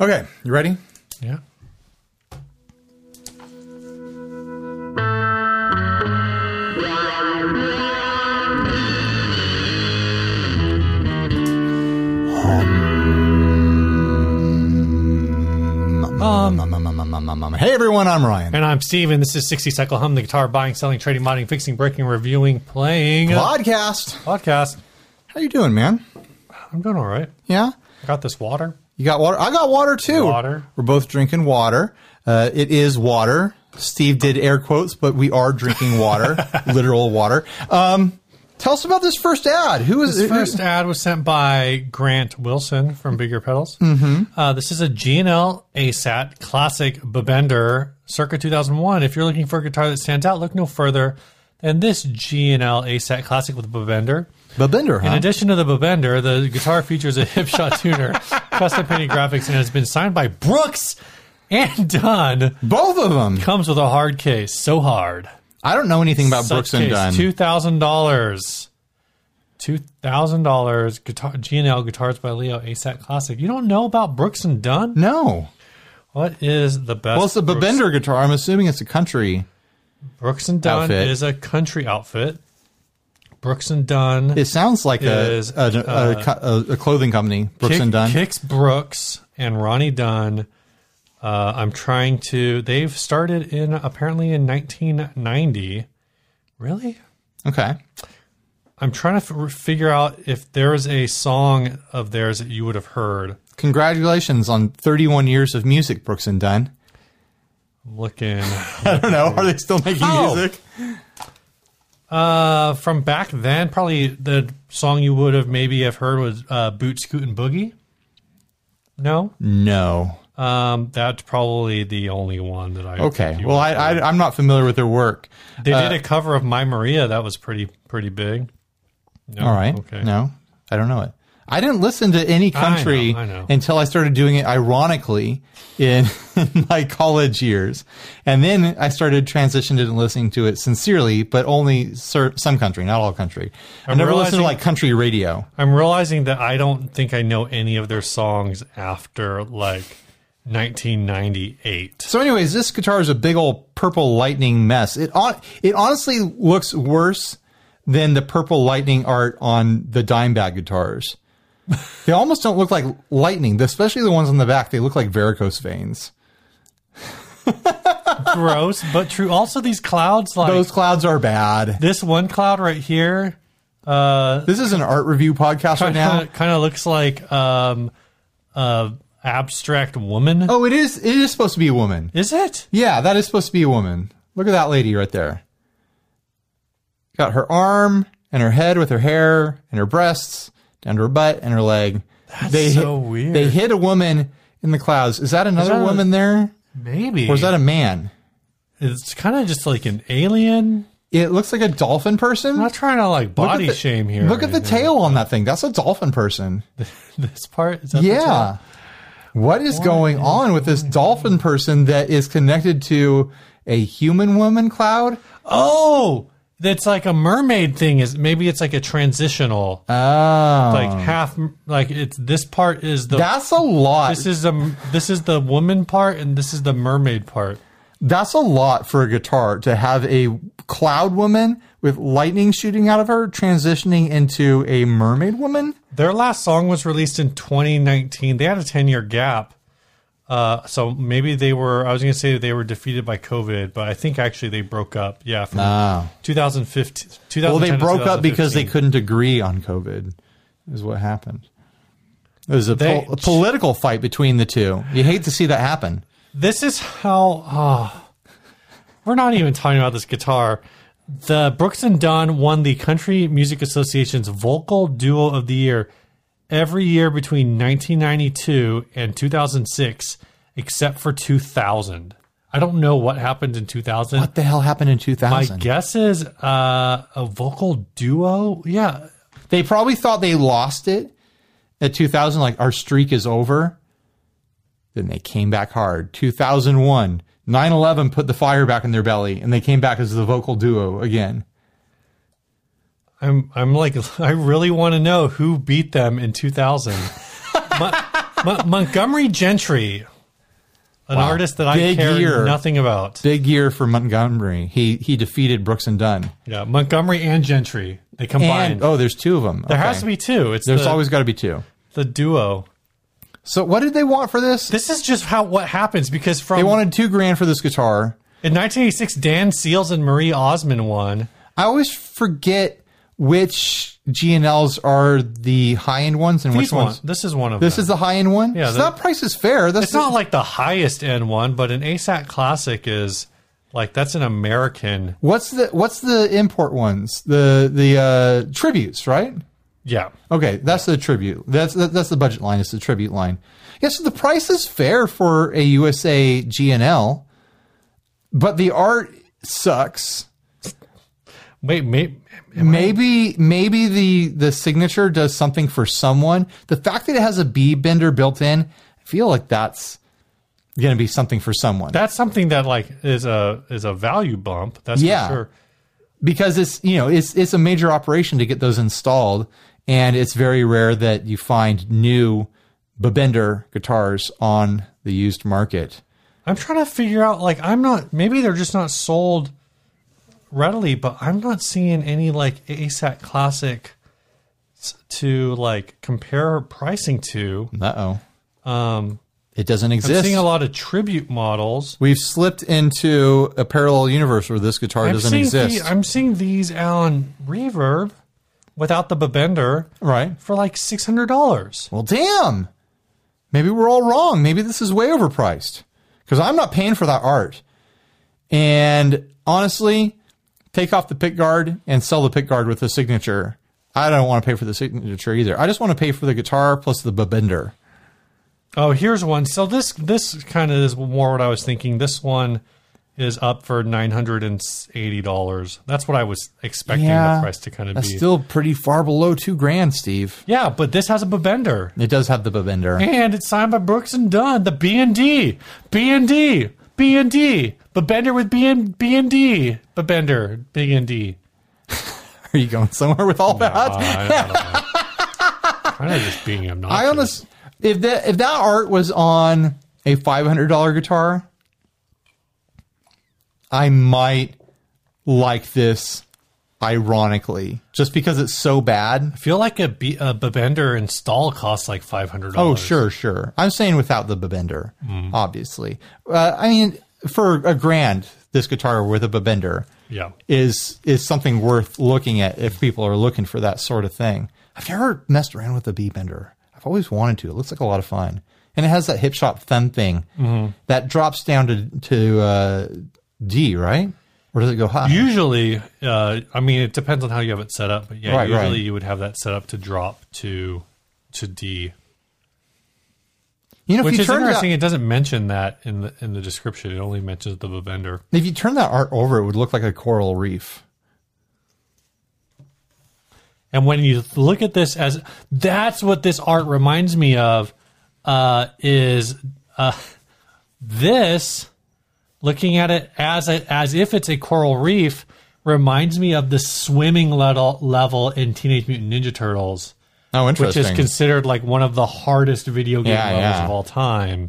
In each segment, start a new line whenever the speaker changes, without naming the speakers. Okay, you ready?
Yeah.
Um, um, um, um, um, um, um, um. Hey everyone, I'm Ryan.
And I'm Steven. This is 60 Cycle Hum, the guitar buying, selling, trading, modding, fixing, breaking, reviewing, playing
Podcast.
podcast.
How you doing, man?
I'm doing all right.
Yeah,
I got this water.
you got water. I got water too.
Water.
We're both drinking water. Uh, it is water. Steve did air quotes, but we are drinking water, literal water. Um, tell us about this first ad. Who is
This first ad was sent by Grant Wilson from Bigger Pedals. Mm-hmm. Uh, this is a G&L ASAT classic Bebender circa 2001. If you're looking for a guitar that stands out, look no further than this G&L ASAT classic with Bebender.
Babender?
In
Huh?
addition to the Bobender, the guitar features a hip shot tuner, custom painted graphics, and has been signed by Brooks and Dunn.
Both of them.
Comes with a hard case, so hard.
I don't know anything about Brooks and Dunn.
Two thousand dollars. Two thousand dollars. Guitar G and L guitars by Leo ASAT Classic. You don't know about Brooks and Dunn?
No.
What is the best?
Well, it's a
Brooks-
Babender guitar. I'm assuming it's a country.
Brooks and Dunn
outfit.
is a country outfit. Brooks and Dunn
It sounds like a,
Is, uh,
a, a- a- a clothing company, Brooks
Kick-
and Dunn.
Kicks Brooks and Ronnie Dunn. Uh, I'm trying to. They've started in apparently in 1990. Really?
Okay.
I'm trying to f- figure out if there is a song of theirs that you would have heard.
Congratulations on 31 years of music, Brooks and Dunn.
I'm looking
I don't know. Are they still making
Oh.
music?
uh, from back then, probably the song you would have maybe have heard was uh, "Boot Scoot and Boogie." No,
No.
um, that's probably the only one that I.
Okay.
think you
Well,
would-
I, uh, I, I'm not familiar with their work.
they did a cover of "My Maria" that was pretty pretty big. No,
All right.
Okay.
No, I don't know it. I didn't listen to any
know,
country
I know.
until I started doing it ironically in, my college years. And then I started transitioning to listening to it sincerely, but only cer- some country, not all country. i never listened to
realizing-
like country radio.
I'm realizing that I don't think I know any of their songs after like 1998.
So, anyways, this guitar is a big old purple lightning mess. It on, it honestly looks worse than the purple lightning art on the Dimebag guitars. they almost don't look like lightning, especially the ones on the back. They look like varicose veins.
Gross, but true. Also, these clouds like
Those clouds are bad.
this one cloud right here. Uh,
This is an art review podcast right now.
kind of looks like um, uh, abstract woman.
Oh, it is. It is supposed to be a woman.
Is it?
Yeah, that is supposed to be a woman. Look at that lady right there. Got her arm and her head with her hair and her breasts down to her butt and her leg. That's they
so
hit-
weird.
They hit a woman in the clouds. Is that another
that a-
woman there?
Maybe.
Or is that a man?
it's kind of just like an alien.
It looks like a dolphin person.
I'm not trying to like
Look at
body
the-
shame here.
Look
or
at the
anything.
tail on that thing. That's a dolphin person.
This part. Is that the tail?
Yeah. What is going on with this dolphin person that is connected to a human woman cloud?
Oh, that's like a mermaid thing. Is maybe it's like a transitional,
Oh.
like half, like it's this part is the
that's a lot.
this is the this is the woman part and this is the mermaid part.
That's a lot for a guitar to have a cloud woman with lightning shooting out of her transitioning into a mermaid woman.
Their last song was released in 2019. They had a 10 year gap. Uh, so maybe they were. I was going to say they were defeated by COVID, but I think actually they broke up. Yeah, from 2015.
Well, they broke up because they couldn't agree on COVID, is what happened. It was a,
They-
pol- a political fight between the two. You hate to see that happen.
This is how. ah, we're not even talking about this guitar. The Brooks and Dunn won the Country Music Association's Vocal Duo of the Year every year between 1992 and 2006, except for 2000. I don't know what happened in 2000.
What the hell happened in
My
2000?
guess is uh, a vocal duo. Yeah,
They probably thought they lost it at 2000, like our streak is over. Then they came back hard. 2001, 9 11 put the fire back in their belly, and they came back as the vocal duo again.
I'm I'm like I really want to know who beat them in 2000. my, Mo- Montgomery Gentry, an
Wow.
artist that I
Big
care
year.
nothing about.
Big year for Montgomery. He he defeated Brooks and Dunn.
Yeah, Montgomery and Gentry, they combined.
And oh, there's two of them.
there has to be two. It's
There's
the,
always got to be two.
the duo.
So what did they want for this?
This is just how what happens because from
They wanted two grand for this guitar.
in 1986, Dan Seals and Marie Osmond won.
I always forget which GNLs are the high end ones and
These
which
one,
ones.
this is one of
This
them.
is the high end one.
Yeah,
it's
the-
not Price is Fair. That's
It's not like the highest end one, but an ASAC Classic is like that's an American.
what's the what's the import ones? The the uh, tributes, right?
Yeah,
Okay, that's the tribute. That's that, that's the budget line. It's the tribute line. Yes, the price is fair for a USA GNL, but the art sucks.
wait, maybe
Maybe maybe the the signature does something for someone. The fact that it has a B bender built in, I feel like that's going to be something for someone
that's something that like is a is a value bump. That's
Yeah.
for sure.
because it's you know it's it's a major operation to get those installed, and it's very rare that you find new B bender guitars on the used market.
I'm trying to figure out like I'm not maybe they're just not sold readily, but I'm not seeing any like ASAC classic s- to like compare pricing to.
Uh oh.
Um
It doesn't
I'm
exist.
seeing a lot of tribute models.
We've slipped into a parallel universe where this guitar
I'm
doesn't
seeing, the-
exist.
I'm seeing these Alan Reverb without the bebender
right.
for like six hundred dollars.
Well, damn. Maybe we're all wrong. Maybe this is way overpriced because I'm not paying for that art. And honestly, take off the pick guard and sell the pick guard with the signature. I don't want to pay for the signature either. I just want to pay for the guitar plus the bender.
Oh, here's one. So this this kind of is more what I was thinking. This one is up for nine hundred and eighty dollars. That's what I was expecting the price to kind of
that's
be.
still pretty far below two grand, Steve.
yeah, but this has a bender,
It does have the bender.
and it's signed by Brooks and Dunn. The B and D, B and D, B and D, bender with B and B and D, bender, B and D.
Are you going somewhere with all that?
Kind of just being obnoxious.
I honest if that if that art was on a five hundred dollar guitar, I might like this ironically, just because it's so bad.
feel like a, B, a bender install costs like five hundred.
Oh, sure, sure. I'm saying without the bender,
Mm-hmm.
obviously. Uh, I mean, for a grand, this guitar with a bender
Yeah.
is is something worth looking at if people are looking for that sort of thing. I've never messed around with a B bender. I've always wanted to. It looks like a lot of fun, and it has that hip shop thumb thing
Mm-hmm.
that drops down to to uh, D, right? Or does it go high?
Usually, uh, I mean, it depends on how you have it set up, but yeah,
Right,
usually
right.
you would have that set up to drop to to D,
you know, if
which
you
is
turn
interesting.
that,
it doesn't mention that in the in the description. It only mentions the bender.
if you turn that art over, it would look like a coral reef.
And when you look at this as that's what this art reminds me of uh, is uh, this looking at it as a, as if it's a coral reef reminds me of the swimming level level in Teenage Mutant Ninja Turtles.
Oh,
which
interesting.
is considered like one of the hardest video game
Yeah,
levels
yeah.
of all time.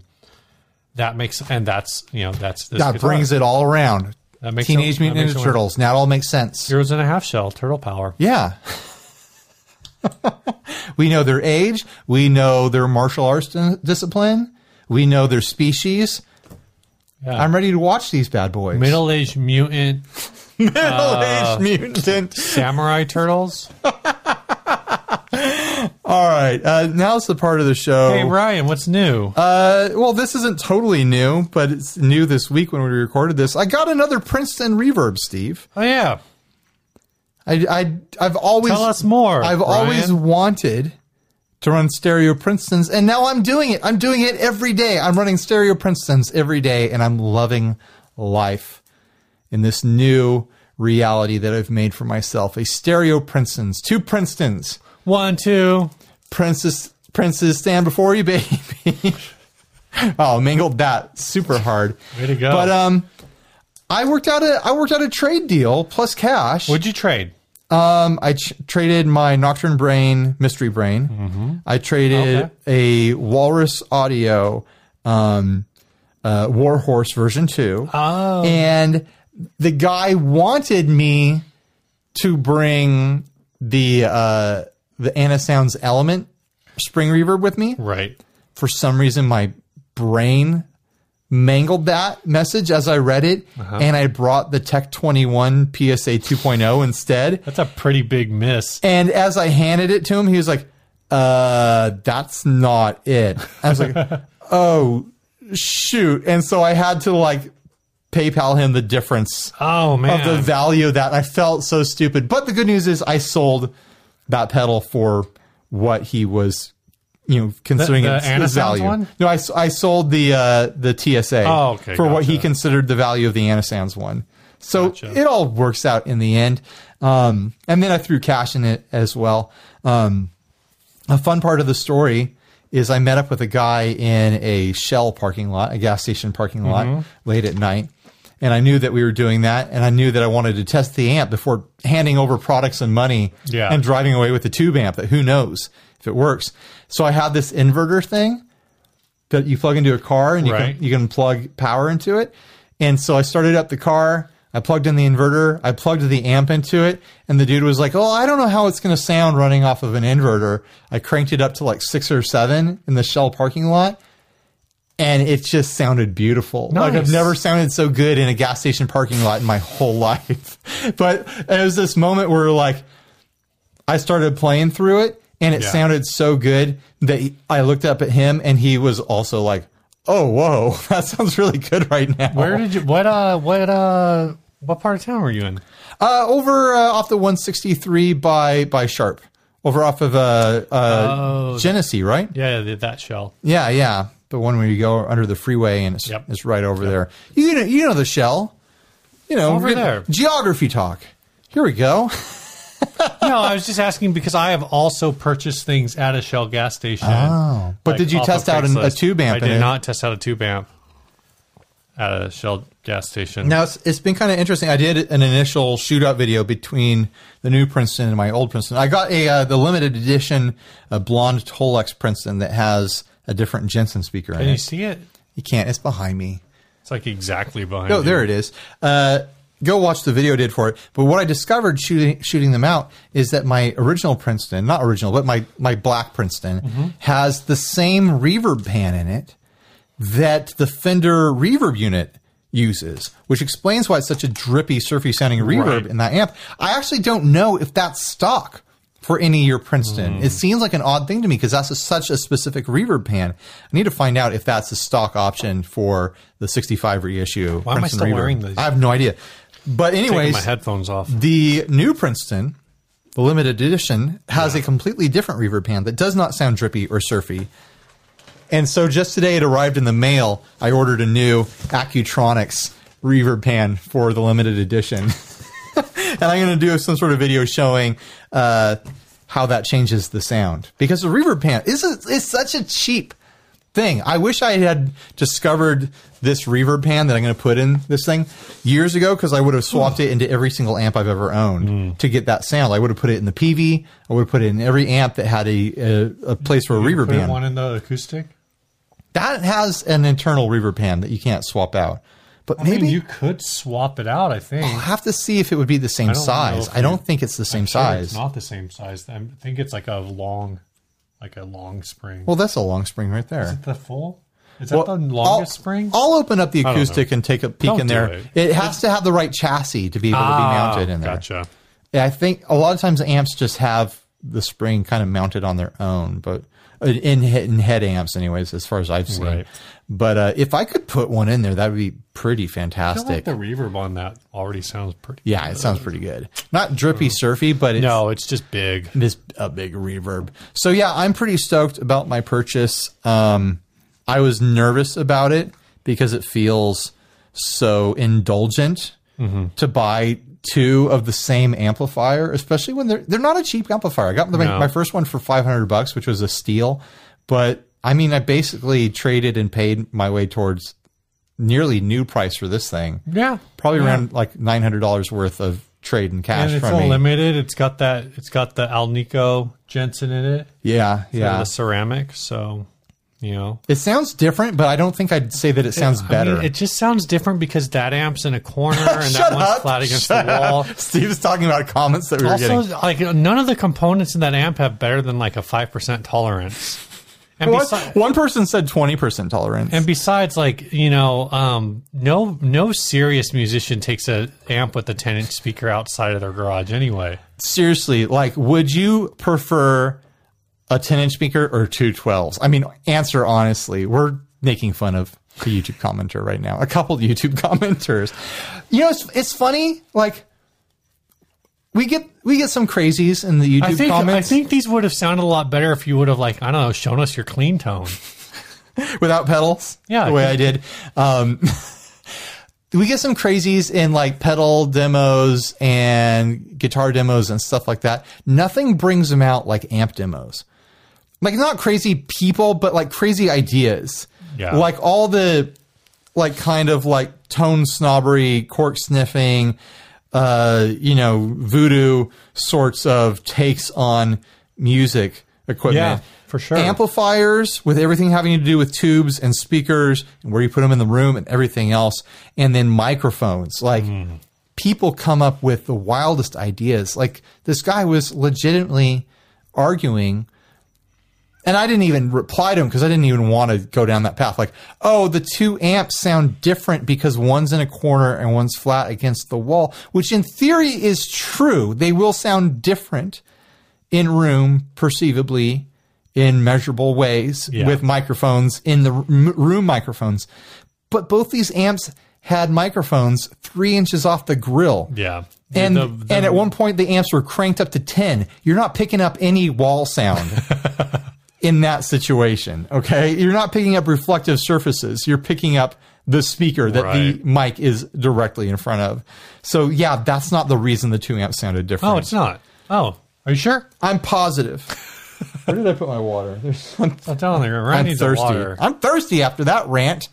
That makes and that's you know that's this
that brings it all around.
That makes
Teenage
so- that
Mutant
makes
Ninja
so-
Turtles. Now it all makes sense.
zeros and a half shell turtle power.
Yeah. we know their age. We know their martial arts dis- discipline. We know their species.
Yeah.
I'm ready to watch these bad boys.
Middle uh, aged mutant
Middle-aged mutant.
samurai turtles.
All right. Uh, now's the part of the show.
Hey Ryan, what's new?
Oh. uh, well, this isn't totally new, but it's new this week when we recorded this. I got another Princeton reverb, Steve.
oh yeah,
I, I, I've always
tell us more.
I've
Ryan.
always wanted to run Stereo Princetons, and now I'm doing it. I'm doing it every day. I'm running Stereo Princetons every day, and I'm loving life in this new reality that I've made for myself. A Stereo Princetons, two Princetons.
one two.
Princess, Princess, stand before you, baby. oh, mangled that super hard.
Way to go.
But um, I worked out a I worked out a trade deal plus cash.
Would you trade?
Um, I ch- traded my Nocturne Brain, Mystery Brain. I traded a Walrus Audio, um, uh, Warhorse version two,
Oh.
and the guy wanted me to bring the uh, the Anasounds Element Spring Reverb with me
Right.
for some reason my brain mangled that message as I read it, and I brought the Tech 21 PSA 2.0 instead.
That's a pretty big miss.
And as I handed it to him, he was like, "Uh, that's not it." I was like, "Oh, shoot!" And so I had to like PayPal him the difference
Oh man.
of the value of that. I felt so stupid. But the good news is I sold that pedal for what he was, you know, considering
The- the
its, its
Anasounds
value.
one?
No, I, s- I sold the uh, the TSA
Oh, okay,
for what he
gotcha.
considered the value of the Anasounds one. So
Gotcha.
it all works out in the end. Um, and then I threw cash in it as well. Um, a fun part of the story is I met up with a guy in a Shell parking lot, a gas station parking lot, late at night. And I knew that we were doing that. And I knew that I wanted to test the amp before handing over products and money
Yeah.
and driving away with the tube amp that who knows if it works. So I had this inverter thing that you plug into a car and you
Right.
can you can plug power into it. And so I started up the car, I plugged in the inverter, I plugged the amp into it, and the dude was like, "Oh, I don't know how it's going to sound running off of an inverter." I cranked it up to like 6 or 7 in the Shell parking lot, and it just sounded beautiful. Like I've
Nice.
never sounded so good in a gas station parking lot in my whole life. But it was this moment where like I started playing through it and it
Yeah.
sounded so good that he- I looked up at him and he was also like, "Oh, whoa, that sounds really good right now."
Where did you? What? Uh. What? Uh. What part of town were you in?
uh, over uh, off the 163 by by Sharp, over off of uh,
Oh,
uh, Genesee, right?
Yeah, th- that shell.
Yeah, yeah, the one where you go under the freeway and it's,
Yep.
it's right over there. You know, you know the shell. You know,
Over
good-
there.
Geography talk. Here we go.
No, I was just asking because I have also purchased things at a Shell gas station.
Oh. But did you
off of
test out an- a
Craigslist.
tube amp
I
in
did
it?
not test out a tube amp at a Shell gas station.
Now it's, it's been kind of interesting. I did an initial shootout video between the new Princeton and my old Princeton. I got a uh, the limited edition uh, blonde Tolex Princeton that has a different Jensen speaker in
Can you
it.
see it?
You can't. It's behind me.
It's like exactly behind.
Oh,
you.
there it is. Uh, go watch the video I did for it. But what I discovered shooting shooting them out is that my original Princeton, not original, but my my black Princeton has the same reverb pan in it that the Fender reverb unit uses, which explains why it's such a drippy, surfy sounding reverb
Right.
in that amp. I actually don't know if that's stock for any year Princeton. It seems like an odd thing to me because that's a, such a specific reverb pan. I need to find out if that's a stock option for the 65 reissue.
Why am I
Princeton
still
reverb.
wearing these?
I have no idea. But
Taking
anyways,
my headphones off.
the new Princeton, the limited edition, has a completely different reverb pan that does not sound drippy or surfy. And so just today it arrived in the mail. I ordered a new Accutronics reverb pan for the limited edition. and I'm going to do some sort of video showing uh, how that changes the sound because the reverb pan is a, is such a cheap thing. I wish I had discovered this reverb pan that I'm going to put in this thing years ago because I would have swapped it into every single amp I've ever owned
Hmm.
to get that sound. I would have put it in the PV. I would have put it in every amp that had a a, a place for a reverb
Put
pan
one in the acoustic.
that has an internal reverb pan that you can't swap out. But
I
maybe
mean, you could swap it out. I think.
I'll have to see if it would be the same
don't know
size.
if
I don't think it's the same
Sure,
size.
It's not the same size. I think it's like a long, like a long spring.
well, that's a long spring right there.
the full? Is that
Well,
the
I'll,
longest spring?
I'll open up the
don't know.
acoustic and take a peek
Don't
in
do
there.
it.
It, has to have the right chassis to be able
Ah,
to be mounted in there.
Gotcha.
Yeah, I think a lot of times amps just have the spring kind of mounted on their own, but uh, in in head amps, anyways, as far as I've seen.
Right.
But uh, if I could put one in there, that would be pretty
I
fantastic.
feel like the reverb on that already sounds pretty.
Yeah, it sounds pretty good. Not drippy surfy, but it's
Mm. No, it's just big.
this a big reverb. So yeah, I'm pretty stoked about my purchase. Um, I was nervous about it because it feels so indulgent
Mm-hmm.
to buy two of the same amplifier, especially when they're they're not a cheap amplifier. I got my,
No.
my first one for 500 bucks, which was a steal, but I mean, I basically traded and paid my way towards nearly new price for this thing
Yeah.
probably around like nine hundred dollars worth of trading cash
and it's
from me.
unlimited. It's got that. It's got the Alnico Jensen in it.
yeah, yeah.
The ceramic. So, you know,
It sounds different, but I don't think I'd say that it sounds
I mean,
better.
it just sounds different because that amp's in a corner and that one's flat against the wall.
Steve's talking about comments that we were
Also,
getting.
like none of the components in that amp have better than like a five percent tolerance. And
One,
besides,
one person said 20% tolerance.
and besides, like you know, um, no no serious musician takes a amp with a ten inch speaker outside of their garage anyway.
seriously, like, would you prefer a 10 inch speaker or two 12s? I mean, answer honestly. We're making fun of a YouTube commenter right now, a couple YouTube commenters. You know, it's, it's funny. Like, we get we get some crazies in the YouTube
I think
comments
I think these would have sounded a lot better if you would have like I don't know shown us your clean tone.
without pedals.
Yeah,
the way
I
I did. Um, we get some crazies in like pedal demos and guitar demos and stuff like that. Nothing brings them out like amp demos. Like not crazy people, but like crazy ideas.
Yeah.
Like all the like kind of like tone snobbery, cork sniffing, uh, you know, voodoo sorts of takes on music equipment.
Yeah, for sure.
Amplifiers with everything having to do with tubes and speakers and where you put them in the room and everything else. And then microphones. Like
Mm.
people come up with the wildest ideas. Like this guy was legitimately arguing and I didn't even reply to him because I didn't even want to go down that path. Like, oh, the two amps sound different because one's in a corner and one's flat against the wall, which in theory is true. They will sound different in room, perceivably in measurable ways
Yeah.
with microphones in the r- m- room microphones. But both these amps had microphones three inches off the grill.
Yeah,
And,
The- the-
and at one point, the amps were cranked up to 10. You're not picking up any wall sound in that situation. Okay. You're not picking up reflective surfaces. You're picking up the speaker that the
Right.
mic is directly in front of. So, yeah, that's not the reason the two amps sounded different.
oh, it's not. Oh, are you sure?
I'm positive. Where did I put my water? There's, I'm,
I'm telling you, Ryan
I'm
needs
thirsty.
a water.
I'm thirsty after that rant.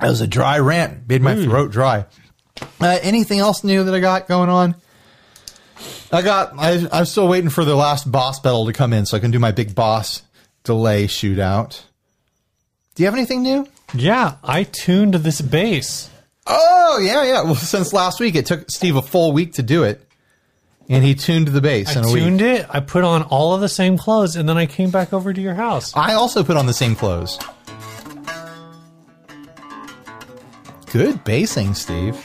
That was a dry rant. Made my
Mm.
throat dry. Uh, anything else new that I got going on? I got. I, I'm still waiting for the last boss battle to come in, so I can do my big boss delay shootout. Do you have anything new?
Yeah, I tuned this bass.
Oh yeah, yeah. Well, since last week, it took Steve a full week to do it, and he tuned the bass
I
in a week.
tuned it. I put on all of the same clothes, and then I came back over to your house.
I also put on the same clothes. Good basing, Steve.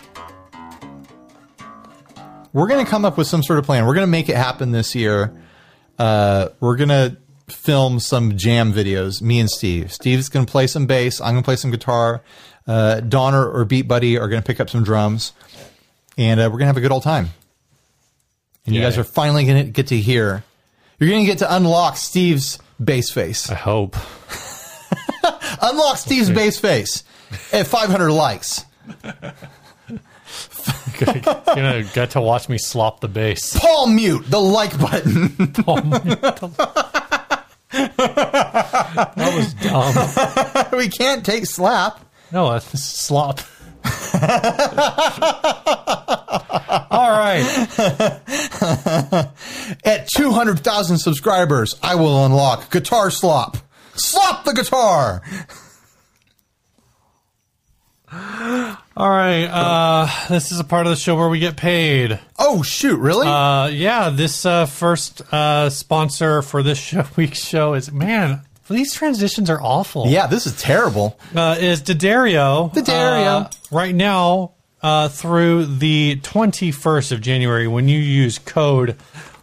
We're going to come up with some sort of plan. We're going to make it happen this year. Uh, we're going to film some jam videos, me and Steve. Steve's going to play some bass. I'm going to play some guitar. Uh, Donner or Beat Buddy are going to pick up some drums. And uh, we're going to have a good old time. And you
Yeah.
guys are finally going to get to hear. You're going to get to unlock Steve's bass face
I hope.
unlock Steve's base face at 500 likes.
You're gonna get to watch me slop the bass.
Paul mute the like button.
That was dumb.
we can't take slap.
No, uh, this is slop. All right.
At 200,000 subscribers, I will unlock guitar slop. Slop the guitar.
All right. Uh, this is a part of the show where we get paid.
Oh shoot, really?
Uh, yeah, this uh, first uh, sponsor for this show, week's show is man. These transitions are awful.
yeah, this is terrible.
uh, is Daddario.
Daddario.
Uh, right now, uh, through the 21st of January, when you use code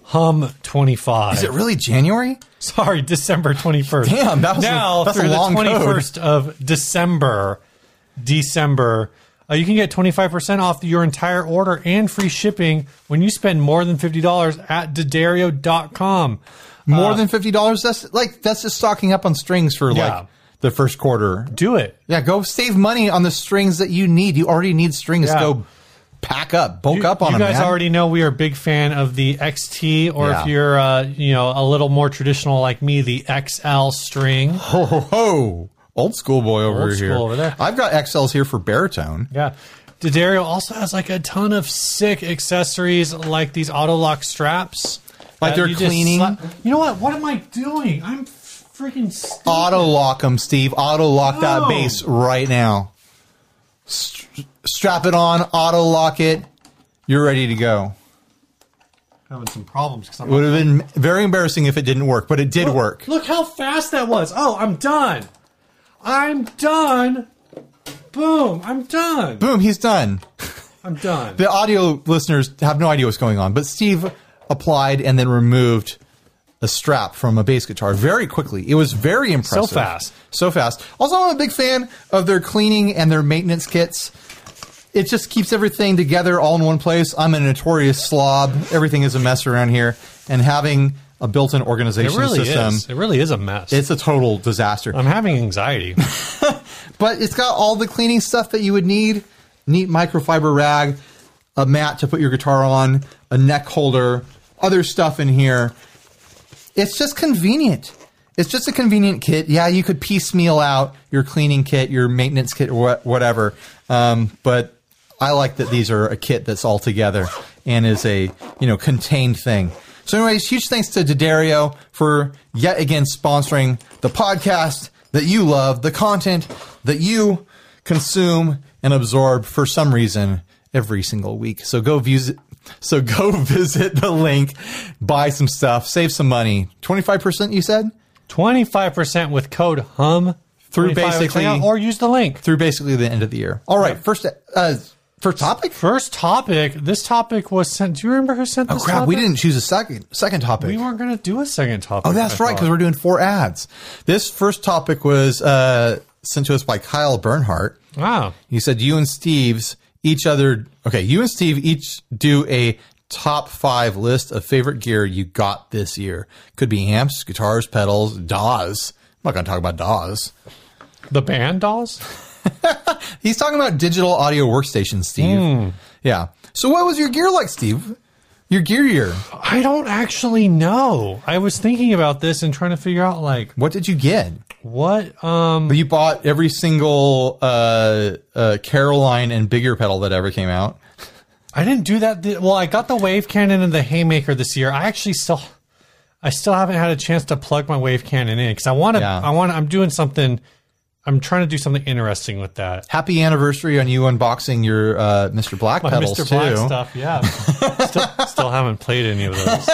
HUM25.
Is it really January?
Sorry, December 21st.
Damn, that was a-
now,
that's a
through
long
the
code.
21st of December, December, uh, you can get 25% off your entire order and free shipping when you spend more than $50 at Daddario.com. Uh,
More than $50? That's like that's just stocking up on strings for
Yeah.
like the first quarter.
Do it.
Yeah, go save money on the strings that you need. You already need strings.
Yeah.
Go pack up, bulk
you,
up on
you
them.
guys
man.
already know we are a big fan of the XT, or
Yeah.
if you're uh, you know a little more traditional like me, the XL string.
Ho ho ho! Old school boy over
Old
here.
school over there.
I've got XLs here for baritone.
Yeah. D'Addario also has like a ton of sick accessories, like these auto lock straps.
Like
that
they're
you just
cleaning.
you know what? What am I doing? I'm freaking stupid.
Auto lock them, Steve. Auto lock
No.
that base right now. St- strap it on, auto lock it. You're ready to go.
having some problems because I'm
It would have been very embarrassing if it didn't work, but it did work.
Look how fast that was. Oh, I'm done. I'm done. Boom. I'm done.
Boom, he's done.
I'm done.
The audio listeners have no idea what's going on, but Steve applied and then removed a strap from a bass guitar very quickly. It was very impressive.
fast.
So fast. Also, I'm a big fan of their cleaning and their maintenance kits. It just keeps everything together all in one place. I'm a notorious slob. Everything is a mess around here. And having a built in organization system,
It really is a mess.
it's a total disaster.
I'm having anxiety.
But it's got all the cleaning stuff that you would need: neat microfiber rag, a mat to put your guitar on, a neck holder, other stuff in here. It's just convenient. It's just a convenient kit. Yeah, you could piecemeal out your cleaning kit, your maintenance kit, wha- whatever. Um, but I like that these are a kit that's all together and is a you know contained thing. So, anyways, huge thanks to D'Addario for yet again sponsoring the podcast that you love, the content that you consume and absorb for some reason every single week. So go visit. So go visit the link, buy some stuff, save some money. Twenty five percent, you said,
25% with code HUM
Through
25 at
basically-
checkout, or use the link.
through basically the end of the year. All right, first uh, first topic.
First topic. This topic was sent. Do you remember who sent this?
Oh crap,
topic?
we didn't choose a second second topic.
We weren't going to do a second topic.
Oh, that's
I
right,
thought.
because we're doing four ads. This first topic was uh, sent to us by Kyle Bernhardt.
wow.
He said, "You and Steve's each other. Okay, you and Steve each do a top five list of favorite gear you got this year. Could be amps, guitars, pedals, DAWs. I'm not going to talk about DAWs.
The band dolls?
He's talking about digital audio workstations, Steve.
Hmm.
Yeah. So, what was your gear like, Steve? Your gear year.
I don't actually know. I was thinking about this and trying to figure out like
What did you get?
what um
But you bought every single uh, uh, Caroline and bigger pedal that ever came out.
I didn't do that. Th- well, I got the wave cannon and the haymaker this year. I actually still, I still haven't had a chance to plug my wave cannon in because I want to.
Yeah.
I want. to I'm doing something. I'm trying to do something interesting with that.
Happy anniversary on you unboxing your uh, Mr. Black pedals
Mr.
too.
Black stuff. Yeah. still, still haven't played any of those.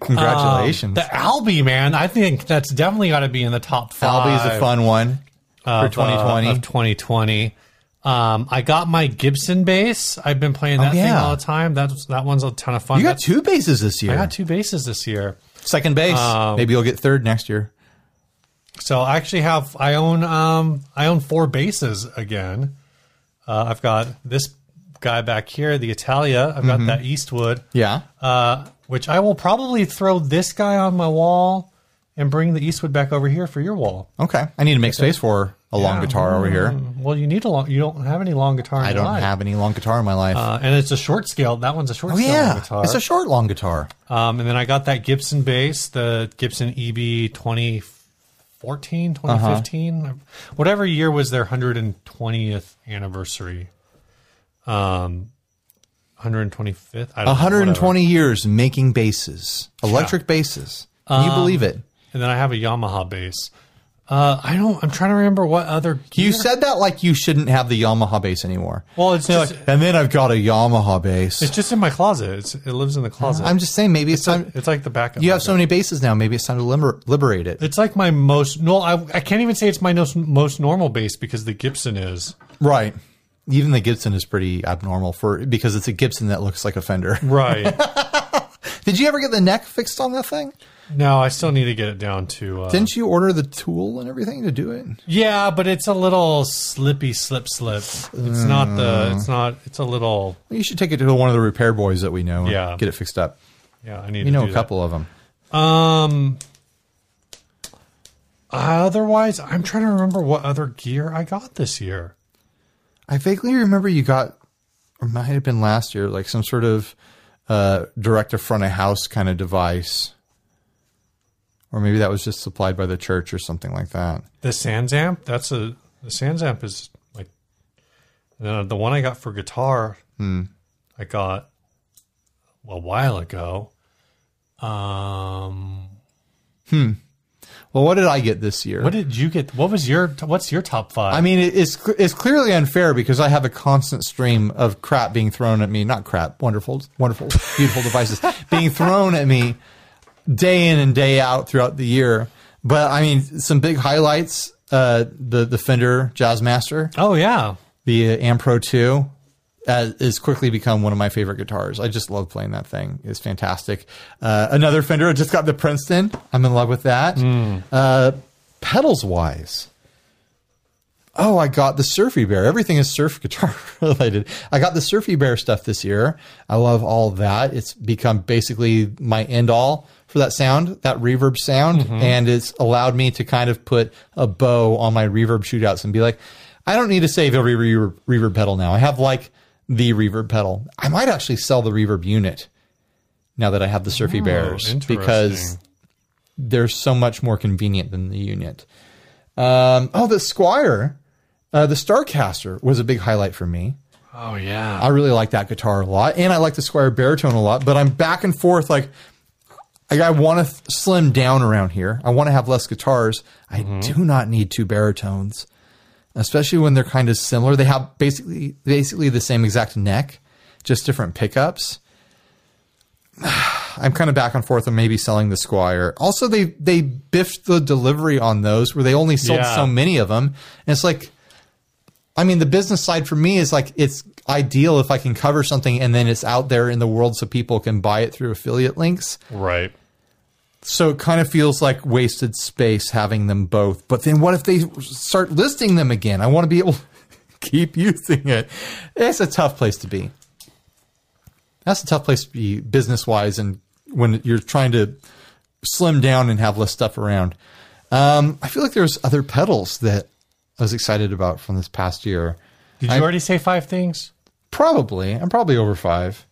Congratulations.
The Albie, man. I think that's definitely got to be in the top five.
Albie's a fun one for
of, uh,
2020.
of 2020. Um, I got my Gibson bass. I've been playing that thing
Oh, yeah.
all the time. That's that one's a ton of fun.
you got
That's-
two bases this year.
I got two Um, basses this year.
Second base. Maybe you'll get third next year.
So I actually have I own um I own four bases again. Uh, I've got this guy back here, the Italia. I've
Mm-hmm.
got that Eastwood,
Yeah.
uh, which I will probably throw this guy on my wall and bring the Eastwood back over here for your wall.
Uh, Okay. I need to make space for a long guitar over here.
Well, you need a long. You don't have any long guitar. In
I
your
don't
life.
have any long guitar in my life.
Uh, and it's a short scale. That one's a short
oh,
scale
yeah.
guitar.
It's a short long guitar.
um, and then I got that Gibson bass, the Gibson E EB 2014,
Uh-huh.
2015, whatever year was their 120th anniversary. Um, 125th? I don't know,
120
whatever.
years making bases, electric bases. Can you
Um,
believe it?
And then I have a Yamaha bass. Uh, I don't, I'm trying to remember what other gear.
You said that like you shouldn't have the Yamaha bass anymore.
well, it's just,
And then I've got a Yamaha bass.
it's just in my closet. It's, it lives in the closet.
I'm just saying, maybe it's time.
it's like the backup.
You have so many bases now. Maybe it's time to liber- liberate it.
It's like my most no. I, I can't even say it's my most, most normal bass because the Gibson is
Right. Even the Gibson is pretty abnormal for because it's a Gibson that looks like a Fender.
right.
Did you ever get the neck fixed on that thing?
no, I still need to get it down to. Uh,
Didn't you order the tool and everything to do it?
yeah, but it's a little slippy, slip, slip. It's not
Mm.
the. It's not. It's a little.
You should take it to one of the repair boys that we know. and
Yeah.
Get it fixed up.
Yeah, I need.
You
to
know
do
a couple of them.
That. Um. Otherwise, I'm trying to remember what other gear I got this year.
I vaguely remember you got, or might have been last year, like some sort of uh, direct to front of house kind of device. Or maybe that was just supplied by the church or something like that.
The Sansamp. That's a. The Sansamp is like Uh, the one I got for guitar, I got a while ago. Um,
Well, what did I get this year?
what did you get? What was your? What's your top five?
I mean, it- it's cl- it's clearly unfair because I have a constant stream of crap being thrown at me. Not crap, wonderful, wonderful, beautiful devices being thrown at me day in and day out throughout the year. But I mean, some big highlights: uh, the the Fender Jazzmaster,
oh yeah,
the uh, Ampro Two, uh, has quickly become one of my favorite guitars. I just love playing that thing; it's fantastic. Uh, another Fender, I just got the Princeton. I'm in love with that. Uh, pedals wise. Oh, I got the Surfy Bear. Everything is surf guitar related. I got the Surfy Bear stuff this year. I love all that. It's become basically my end all for that sound, that reverb sound. And it's allowed me to kind of put a bow on my reverb shootouts and be like, I don't need to save every reverb, reverb pedal now. I have like the reverb pedal. I might actually sell the reverb unit now that I have the Surfy Bears because
interesting.
they're so much more convenient than the unit. Um, oh, the Squire, uh, the Starcaster was a big highlight for me.
oh yeah.
I really like that guitar a lot, and I like the Squire baritone a lot. But I'm back and forth. Like, I, I want to slim down around here. I want to have less guitars. I do not need two baritones, especially when they're kind of similar. They have basically basically the same exact neck, just different pickups. I'm kind of back and forth on maybe selling the Squire. Also, they they biffed the delivery on those where they only sold
Yeah.
so many of them, and it's like. I mean, the business side for me is like it's ideal if I can cover something and then it's out there in the world so people can buy it through affiliate links.
right.
So it kind of feels like wasted space having them both. But then what if they start listing them again? I want to be able to keep using it. It's a tough place to be. That's a tough place to be business wise and when you're trying to slim down and have less stuff around. Um, I feel like there's other pedals that I was excited about from this past year.
Did you already say five things?
Probably. I'm probably over five.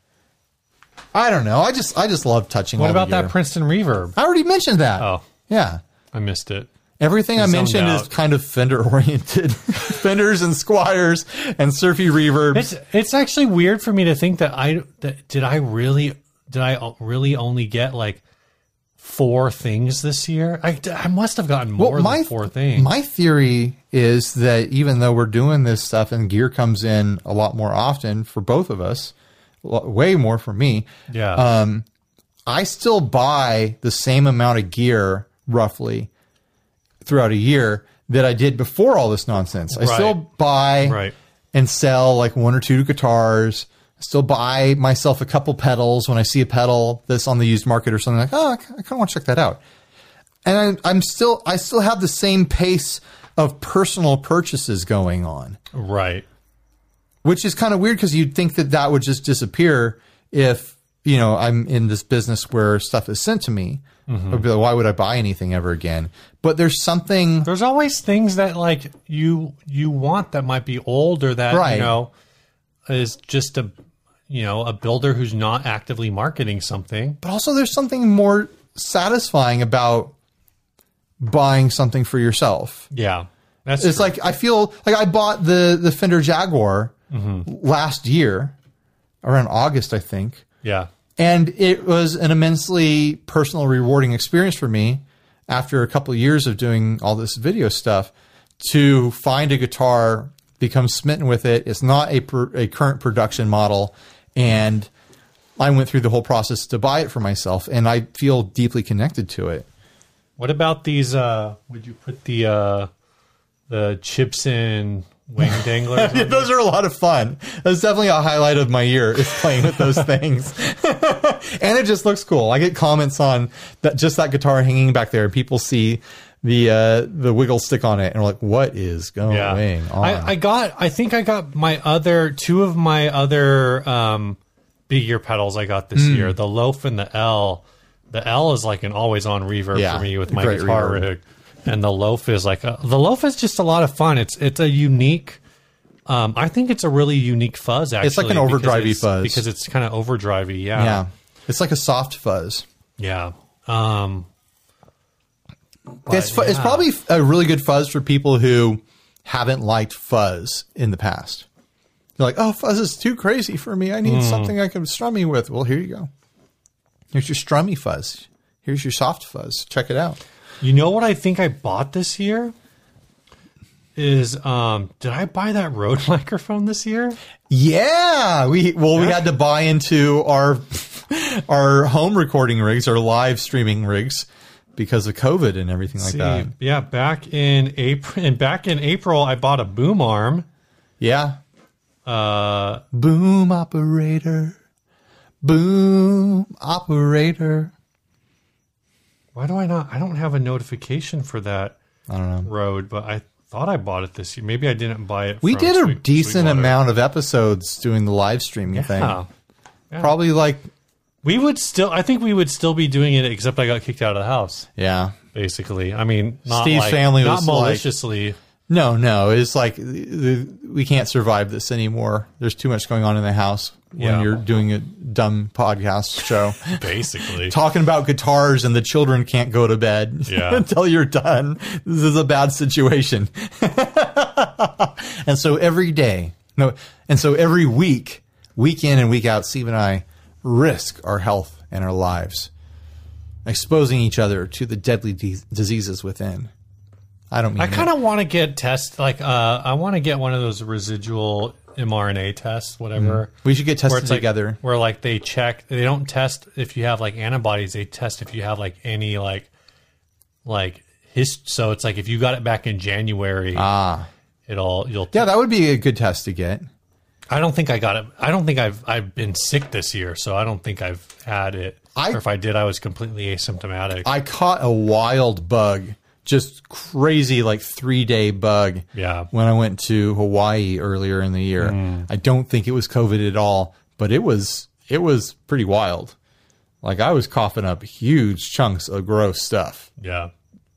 I don't know. I just I just love touching.
What
all
about
the
that
gear.
Princeton reverb?
I already mentioned that.
Oh,
Yeah.
I missed it.
Everything I
zoned
mentioned is
out.
kind of fender oriented. Fenders and squires and surfy reverbs.
It's it's actually weird for me to think that I that, did I really did I really only get like four things this year? I, I must have gotten more than four things.
my theory is that even though we're doing this stuff and gear comes in a lot more often for both of us, lo- way more for me,
yeah.
um, I still buy the same amount of gear roughly throughout a year that I did before all this nonsense. I
Right.
still buy
Right.
and sell like one or two guitars. I still buy myself a couple pedals when I see a pedal that's on the used market or something like, oh, I kind of want to check that out. And I'm, I'm still, I still have the same pace of personal purchases going on
right.
which is kind of weird because you'd think that that would just disappear if you know I'm in this business where stuff is sent to me. I'd be like, why would I buy anything ever again? But there's something
There's always things that like you you want that might be old or that
Right.
you know is just a you know a builder who's not actively marketing something.
but also there's something more satisfying about buying something for yourself.
Yeah. That's
It's
true.
like I feel like I bought the the Fender Jaguar last year around August, I think.
yeah.
And it was an immensely personal, rewarding experience for me after a couple of years of doing all this video stuff to find a guitar, become smitten with it. It's not a, pr- a current production model. And I went through the whole process to buy it for myself, and I feel deeply connected to it.
What about these? Uh, would you put the uh, the chips in wing danglers? on
those are a lot of fun. That's definitely a highlight of my year is playing with those things. and it just looks cool. I get comments on that just that guitar hanging back there. People see the uh, the wiggle stick on it and are like, what is going on?
I, I got. I think I got my other two of my other um, big ear pedals I got
Hmm.
this year: the loaf and the L. The L is like an always-on reverb
Yeah,
for me with my
great
guitar
reverb.
rig, and the loaf is like a, the loaf is just a lot of fun. It's it's a unique. Um, I think it's a really unique fuzz. Actually,
like an
because
overdrivey
it's-
fuzz.
because it's kind of overdrivey.
yeah. It's like a soft fuzz.
Yeah. Um,
It's, fu- it's probably a really good fuzz for people who haven't liked fuzz in the past. They're like, oh, fuzz is too crazy for me. I need something I can strum me with. Well, here you go. Here's your strummy fuzz. Here's your soft fuzz. Check it out.
You know what I think I bought this year? Is um did I buy that Rode microphone this year?
Yeah, we well we had to buy into our our home recording rigs, our live streaming rigs, because of COVID and everything like that.
See, yeah, back in April and back in April I bought a boom arm.
Yeah,
Uh
boom operator, boom operator.
why do I not I don't have a notification for that
I don't know.
Rode, but I thought I bought it this year. Maybe I didn't buy it.
We
from
did a
Sweet-
decent
Sweetwater.
amount of episodes doing the live streaming
Yeah.
thing. Probably like
We would still I think we would still be doing it except I got kicked out of the house,
yeah.
basically. I mean not
Steve's
like-
family
not
was like-
maliciously.
No, no, it's like th- th- we can't survive this anymore. There's too much going on in the house when
Yeah.
you're doing a dumb podcast show.
basically.
talking about guitars and the children can't go to bed
Yeah.
until you're done. This is a bad situation. and so every day, no, and so every week, week in and week out, Steve and I risk our health and our lives, exposing each other to the deadly de- diseases within. I don't mean
I
it.
kind of want to get test like uh, I want to get one of those residual mRNA tests, whatever.
Mm-hmm. We should get
Where
tested
it's like,
together.
where like they check, they don't test if you have like antibodies. They test if you have like any like, like his. So it's like if you got it back in January, ah, it'll you'll.
yeah, that would be a good test to get.
I don't think I got it. I don't think I've I've been sick this year, so I don't think I've had it.
I-
or if I did, I was completely asymptomatic.
I caught a wild bug, just crazy, like three day bug.
Yeah. Hmm.
When I went to Hawaii earlier in the year, I don't think it was COVID at all, but it was it was pretty wild. Like I was coughing up huge chunks of gross stuff.
yeah.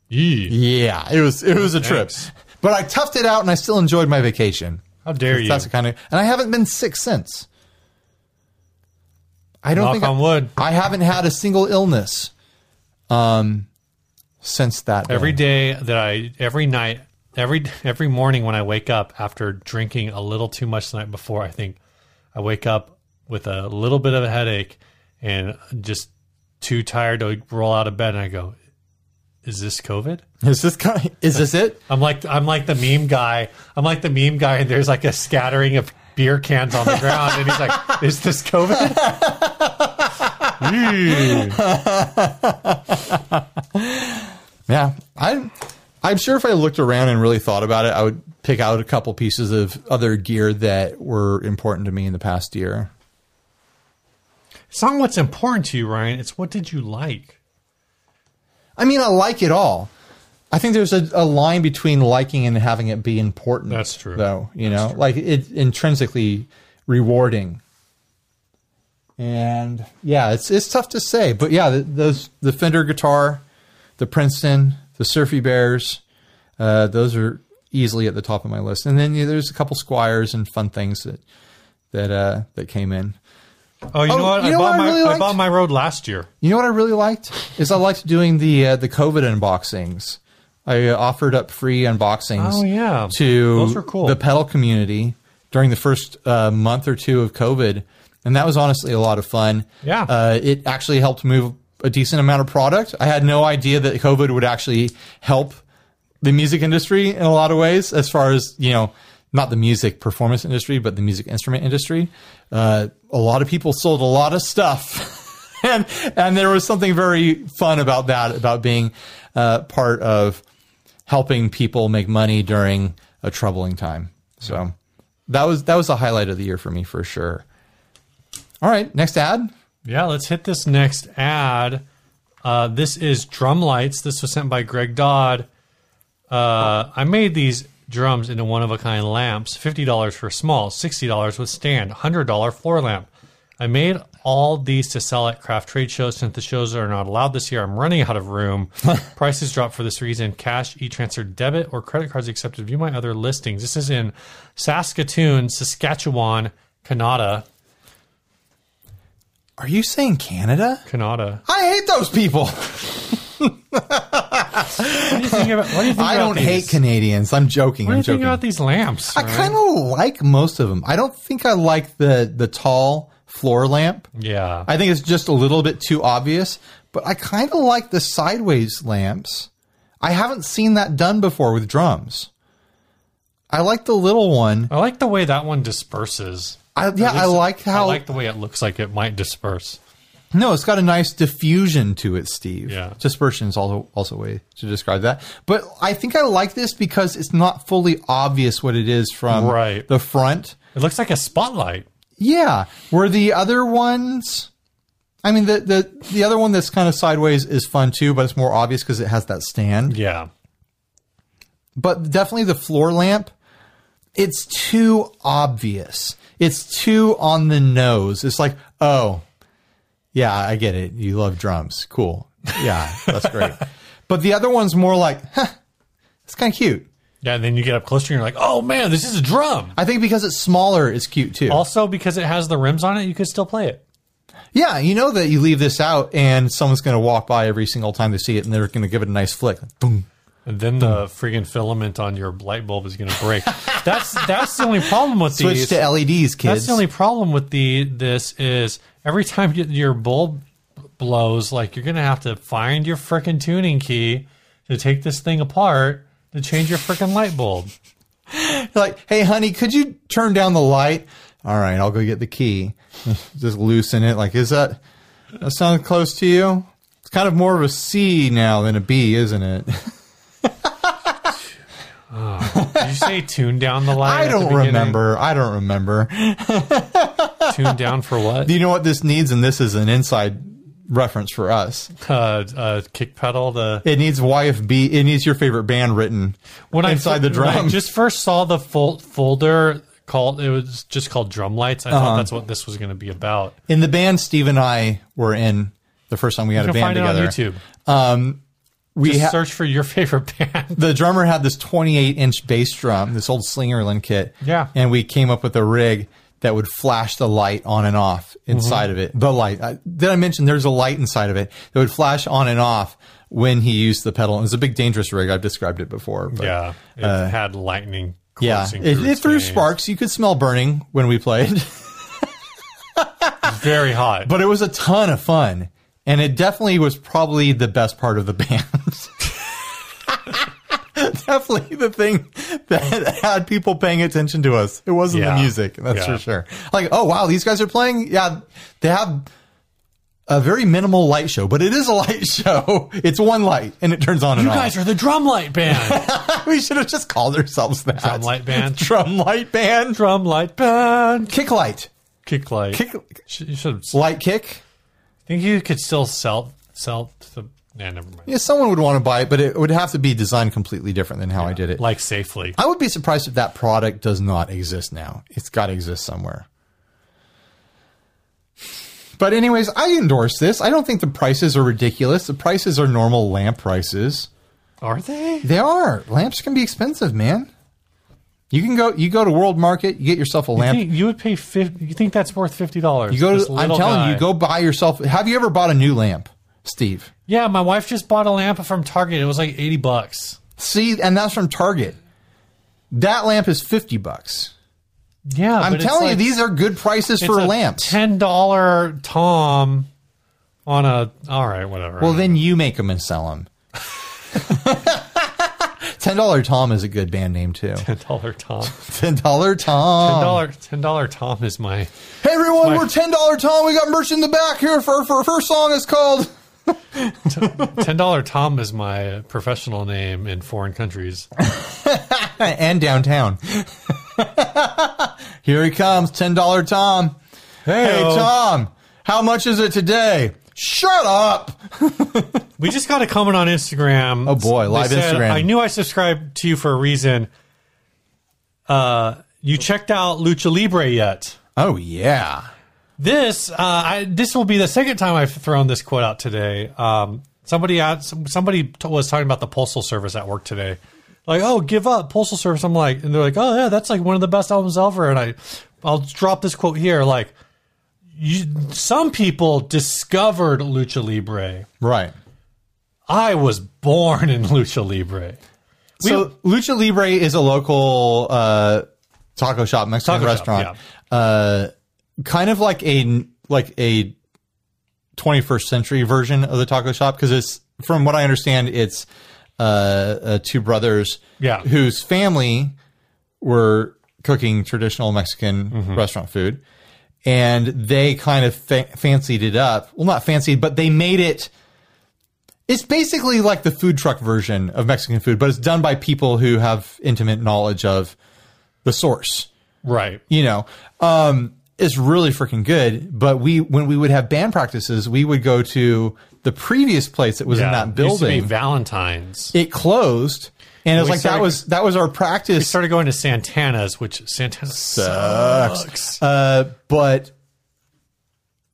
Yee.
Yeah, it was it was a trip,
Yikes.
but I toughed it out and I still enjoyed my vacation.
How dare you?
That's the kind of, and I haven't been sick since. I don't
Knock
think I-
on wood.
I haven't had a single illness um, since that. day.
Every day that I, every night, every every morning when I wake up after drinking a little too much the night before, I think I wake up with a little bit of a headache and just too tired to roll out of bed. And I go, "Is this COVID?"
Is this kind is this it?
I'm like I'm like the meme guy. I'm like the meme guy, and there's like a scattering of beer cans on the ground, and he's like, "Is this COVID?"
Yeah, I, I'm sure if I looked around and really thought about it, I would pick out a couple pieces of other gear that were important to me in the past year.
It's not what's important to you, Ryan. It's what did you like.
I mean, I like it all. I think there's a, a line between liking and having it be important.
That's true.
Though, you know, like it intrinsically rewarding. And yeah, it's it's tough to say, but yeah, th those the Fender guitar, the Princeton, the Surfy Bears, uh, those are easily at the top of my list. And then yeah, there's a couple Squires and fun things that that uh, that came in.
Oh, you
Oh,
know what?
you
I
know
bought
what I
my
really
I
liked?
bought my road last year.
You know what I really liked is I liked doing the uh, the COVID unboxings. I uh, offered up free unboxings.
Oh, yeah.
to
Those were cool.
the pedal community during the first uh, month or two of COVID, and that was honestly a lot of fun.
Yeah.
uh, it actually helped move a decent amount of product. I had no idea that COVID would actually help the music industry in a lot of ways, as far as you know, not the music performance industry, but the music instrument industry. Uh, a lot of people sold a lot of stuff, and and there was something very fun about that, about being uh, part of helping people make money during a troubling time. So that was that was the highlight of the year for me for sure. All right, next ad.
Yeah, let's hit this next ad. Uh, this is drum lights. This was sent by Greg Dodd. Uh, I made these drums into one of a kind lamps. Fifty dollars for small, sixty dollars with stand, hundred dollar floor lamp. I made all these to sell at craft trade shows since the shows are not allowed this year. I'm running out of room. Prices dropped for this reason. Cash, e-transfer, debit, or credit cards accepted. View my other listings. This is in Saskatoon, Saskatchewan, Canada.
Are you saying Canada?
Canada.
I hate those people.
What do you think about? What do you think
I
about
don't
these?
hate Canadians. I'm joking.
What do
I'm
you think
joking.
about these lamps?
I
right?
kind of like most of them. I don't think I like the the tall floor lamp.
yeah.
I think it's just a little bit too obvious, but I kind of like the sideways lamps. I haven't seen that done before with drums. I like the little one.
I like the way that one disperses.
I, yeah, I like how
I like the way it looks like it might disperse.
No, it's got a nice diffusion to it, Steve.
Yeah.
Dispersion is also, also a way to describe that. But I think I like this because it's not fully obvious what it is from
Right.
the front.
It looks like a spotlight.
Yeah. Were the other ones I mean the, the the other one that's kind of sideways is fun too, but it's more obvious because it has that stand.
Yeah.
But definitely the floor lamp, it's too obvious. It's too on the nose. It's like, oh, yeah, I get it. You love drums. Cool. Yeah, that's great. But the other one's more like, huh, it's kind of cute.
Yeah, and then you get up closer and you're like, oh man, this is a drum.
I think because it's smaller, it's cute too.
Also, because it has the rims on it, you could still play it.
Yeah, you know that you leave this out and someone's going to walk by every single time they see it and they're going to give it a nice flick. Boom.
And then the
Hmm.
friggin' filament on your light bulb is going to break. that's that's the only problem with
Switch
these.
to LEDs,
that's
kids.
the only problem with the this is every time you, your bulb blows, like you're going to have to find your frickin' tuning key to take this thing apart to change your frickin' light bulb.
like, hey, honey, could you turn down the light? All right, I'll go get the key. Just loosen it. Like, is that that sound close to you? It's kind of more of a C now than a B, isn't it?
Did you say tune down the light?
I
at the
don't
beginning?
remember. I don't remember.
Tune down for what?
Do you know what this needs? And this is an inside reference for us.
Uh, uh, kick pedal. The
It needs YFB. It needs your favorite band written
when
inside
I,
the
when I
drum.
just first saw the fol- folder called it was just called drum lights. I
Uh-huh.
thought that's what this was going to be about.
in the band Steve and I were in the first time we had
You
a
can
band
find
together.
it on YouTube.
We
Just
ha-
search for your favorite band.
the drummer had this 28 inch bass drum, this old Slingerland kit.
Yeah.
And we came up with a rig that would flash the light on and off inside
Mm-hmm.
of it. The light. I, did I mention there's a light inside of it that would flash on and off when he used the pedal? It was a big dangerous rig. I've described it before. But uh,
yeah, it had lightning.
Yeah.
coursing
It,
through
it
its
threw
veins.
sparks. You could smell burning when we played,
Very hot.
but it was a ton of fun. And it definitely was probably the best part of the band. definitely the thing that had people paying attention to us. It wasn't
Yeah.
the music, that's for
Yeah.
sure. Like, oh wow, these guys are playing. Yeah, they have a very minimal light show, but it is a light show. It's one light, and it turns on and
you guys are the drum light band.
off. we should have just called ourselves that.
drum light band.
Drum light band.
Drum light band.
Kick light.
Kick light.
Kick
Sh- You should. I
light kick.
think you could still sell sell. The, nah, never mind.
Yeah, someone would want to buy it, but it would have to be designed completely different than how I did it.
Like safely.
I would be surprised if that product does not exist now. It's got to exist somewhere. But anyways, I endorse this. I don't think the prices are ridiculous. The prices are normal lamp prices.
Are they?
They are. Lamps can be expensive, man. You can go you go to World Market, you get yourself a
You
lamp.
think, you would pay. 50, you think that's worth fifty dollars?
You go to, I'm telling you, go buy yourself Have you ever bought a new lamp, Steve?
Yeah, my wife just bought a lamp from Target. It was like eighty bucks.
See, and that's from Target. That lamp is 50 bucks.
Yeah,
I'm telling you these are good prices for lamps.
Ten dollar tom on a. All right, whatever.
Well, then you make them and sell them. Ten dollar Tom is a good band name too.
ten dollar tom.
Ten dollar
Ten
Tom.
dollar ten dollar tom is my.
Hey everyone, we're ten dollar Tom. We got merch in the back here for for first song. is called.
Ten dollar tom is my professional name in foreign countries.
and downtown. Here he comes, ten dollar Tom. Hey Tom, how much is it today? Shut up.
We just got a comment on Instagram. Oh
boy, live Instagram.
I knew I subscribed to you for a reason. Uh, you checked out Lucha Libre yet?
Oh yeah.
This uh, I, this will be the second time I've thrown this quote out today. Um, somebody out somebody t- was talking about the postal service at work today. Like, oh, give up postal service. I'm like, and they're like, oh yeah, that's like one of the best albums ever. And I, I'll drop this quote here. Like, you, some people discovered Lucha Libre.
Right.
I was born in lucha libre.
so Lucha Libre is a local uh, taco shop, Mexican
Taco shop,
restaurant, uh, kind of like a like a 21st century version of the taco shop because it's from what I understand, it's uh, uh, two brothers,
Yeah.
whose family were cooking traditional Mexican restaurant food, and they kind of fa- fancied it up. Well, not fancied, but they made it. It's basically like the food truck version of Mexican food, but it's done by people who have intimate knowledge of the source.
Right.
You know, um, it's really freaking good. But we, when we would have band practices, we would go to the previous place that was in that
It used to be
building.
Valentine's.
it closed, and it was
We
like that
started-
was that was our practice.
Started going to Santana's, which Santana sucks.
Uh, but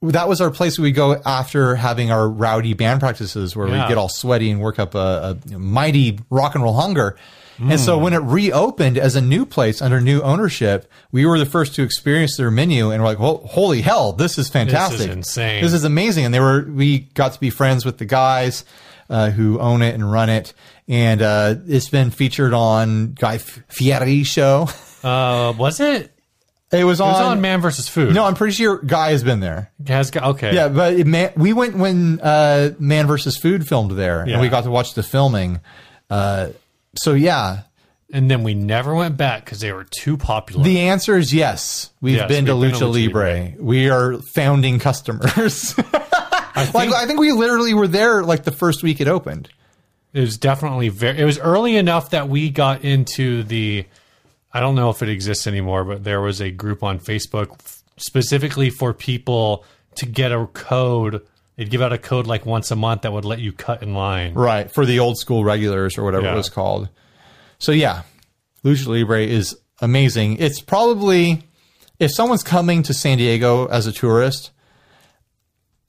that was our place we go after having our rowdy band practices where
Yeah.
we get all sweaty and work up a, a mighty rock and roll hunger. And so when it reopened as a new place under new ownership, we were the first to experience their menu and we're like, well, holy hell, this is fantastic.
insane.
This is amazing. And they were, we got to be friends with the guys uh, who own it and run it. And uh, it's been featured on Guy Fieri show.
Uh, was it?
It was on,
It was on Man versus Food.
no, I'm pretty sure Guy has been there.
Has got, okay.
Yeah, but it, man, we went when uh, Man versus Food filmed there,
Yeah.
and we got to watch the filming. Uh, so yeah,
And then we never went back because they were too popular.
the answer is yes. We've
Yes,
been to
we've
Lucha Libre. We are founding customers.
I think
like I think we literally were there like the first week it opened.
it was definitely very. It was early enough that we got into the. I don't know if it exists anymore, but there was a group on Facebook f- specifically for people to get a code. They'd give out a code like once a month that would let you cut in line.
Right. For the old school regulars or whatever
Yeah.
it was called. So yeah, Lucha Libre is amazing. It's probably if someone's coming to San Diego as a tourist,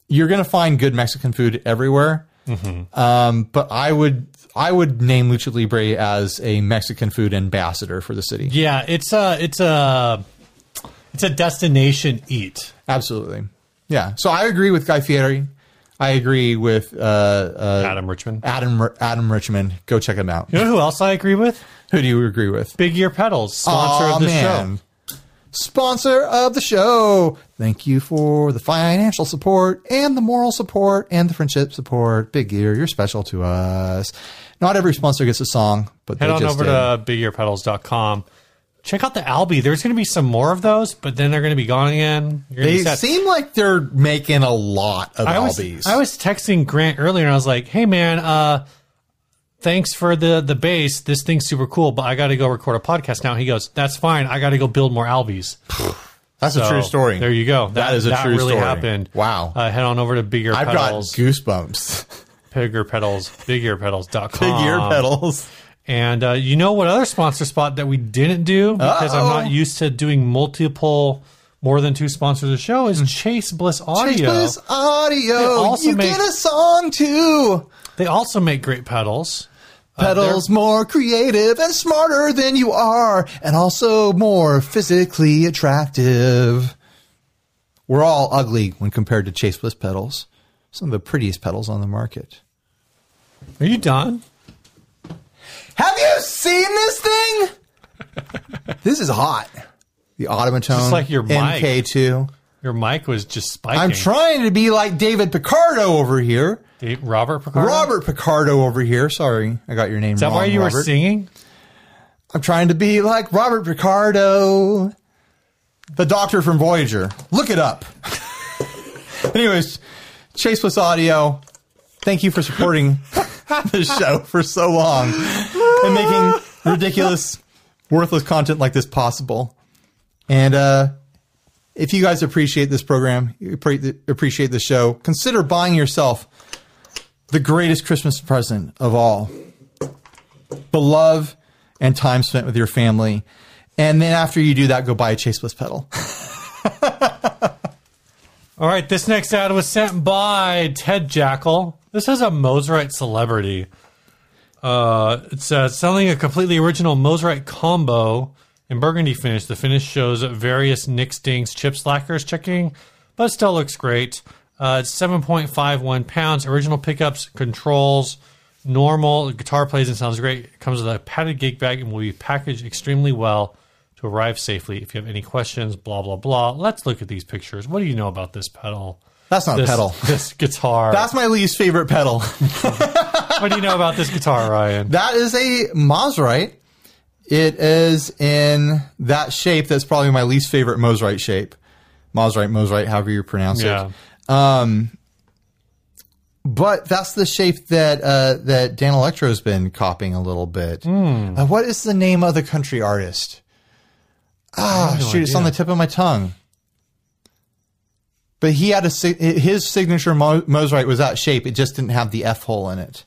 you're going to find good Mexican food everywhere.
Mm-hmm.
Um, but I would I would name Lucha Libre as a Mexican food ambassador for the city.
Yeah, it's a it's a it's a destination eat.
Absolutely. Yeah. So I agree with Guy Fieri. I agree with uh, uh,
Adam Richmond.
Adam Adam Richmond. Go check him out.
You know who else I agree with?
Who do you agree with?
Big Ear Pedals, sponsor
Aw,
of the show.
man. Sponsor of the show. Thank you for the financial support and the moral support and the friendship support. Big Gear, you're special to us. Not every sponsor gets a song, but
Head
they
on
just
over
did.
to bigearpedals.com. Check out the Albi. There's going to be some more of those, but then they're going to be gone again. You're gonna be
They
sad.
seem like they're making a lot of
I was,
Albies.
I was texting Grant earlier and I was like, hey, man, uh, thanks for the, the bass. This thing's super cool, but I got to go record a podcast now. He goes, that's fine. I got to go build more Albies.
That's a true story.
There you go.
that is a
that
true
really
story.
happened.
Wow.
Uh, head on over to Big Ear
I've got
Pedals,
goosebumps.
bigger pedals, bigearpedals.com.
Big ear pedals.
And uh, you know what other sponsor spot that we didn't do because
Uh-oh.
I'm not used to doing multiple, more than two sponsors a show
Hmm.
is Chase Bliss Audio.
This audio.
also
you
make-
get a song too.
They also make great pedals. Uh,
Pedals more creative and smarter than you are, and also more physically attractive. We're all ugly when compared to Chase Bliss pedals, some of the prettiest pedals on the market.
Are you done?
Have you seen this thing? this is hot. The automatone,
Just like your mic.
MK2.
Your mic was just spiking.
I'm trying to be like David Picardo over here,
Dave- Robert Picardo.
Robert Picardo over here. Sorry, I got your name
Is that
wrong.
why you
Robert.
were singing?
I'm trying to be like Robert Picardo, the doctor from Voyager. Look it up. Anyways, Chaseless Audio, thank you for supporting the show for so long and making ridiculous, worthless content like this possible. And uh, if you guys appreciate this program, you appre- appreciate the show, consider buying yourself the greatest Christmas present of all the love and time spent with your family. And then after you do that, go buy a Chase Bliss pedal.
All right, this next ad was sent by Ted Jackal. This is a Moserite celebrity. Uh, it's uh, selling a completely original Moserite combo in burgundy finish. The finish shows various nicks, dings, chips, lacquers, checking, but it still looks great. Uh, it's 7.51 pounds. Original pickups, controls, normal guitar plays and sounds great. It comes with a padded gig bag and will be packaged extremely well to arrive safely. If you have any questions, blah blah blah. Let's look at these pictures. What do you know about this pedal?
That's not
this,
a pedal.
This guitar.
That's my least favorite pedal.
what do you know about this guitar, Ryan?
That is a Moserite. It is in that shape. That's probably my least favorite Moserite shape. Moserite, Moserite, however you pronounce
Yeah.
it. But that's the shape that uh, that Dan Electro's been copying a little bit.
Hmm.
Uh, what is the name of the country artist? Ah, shoot, it's on the tip of my tongue. But he had a sig- his signature Mo- Moserite was that shape. It just didn't have the F hole in it.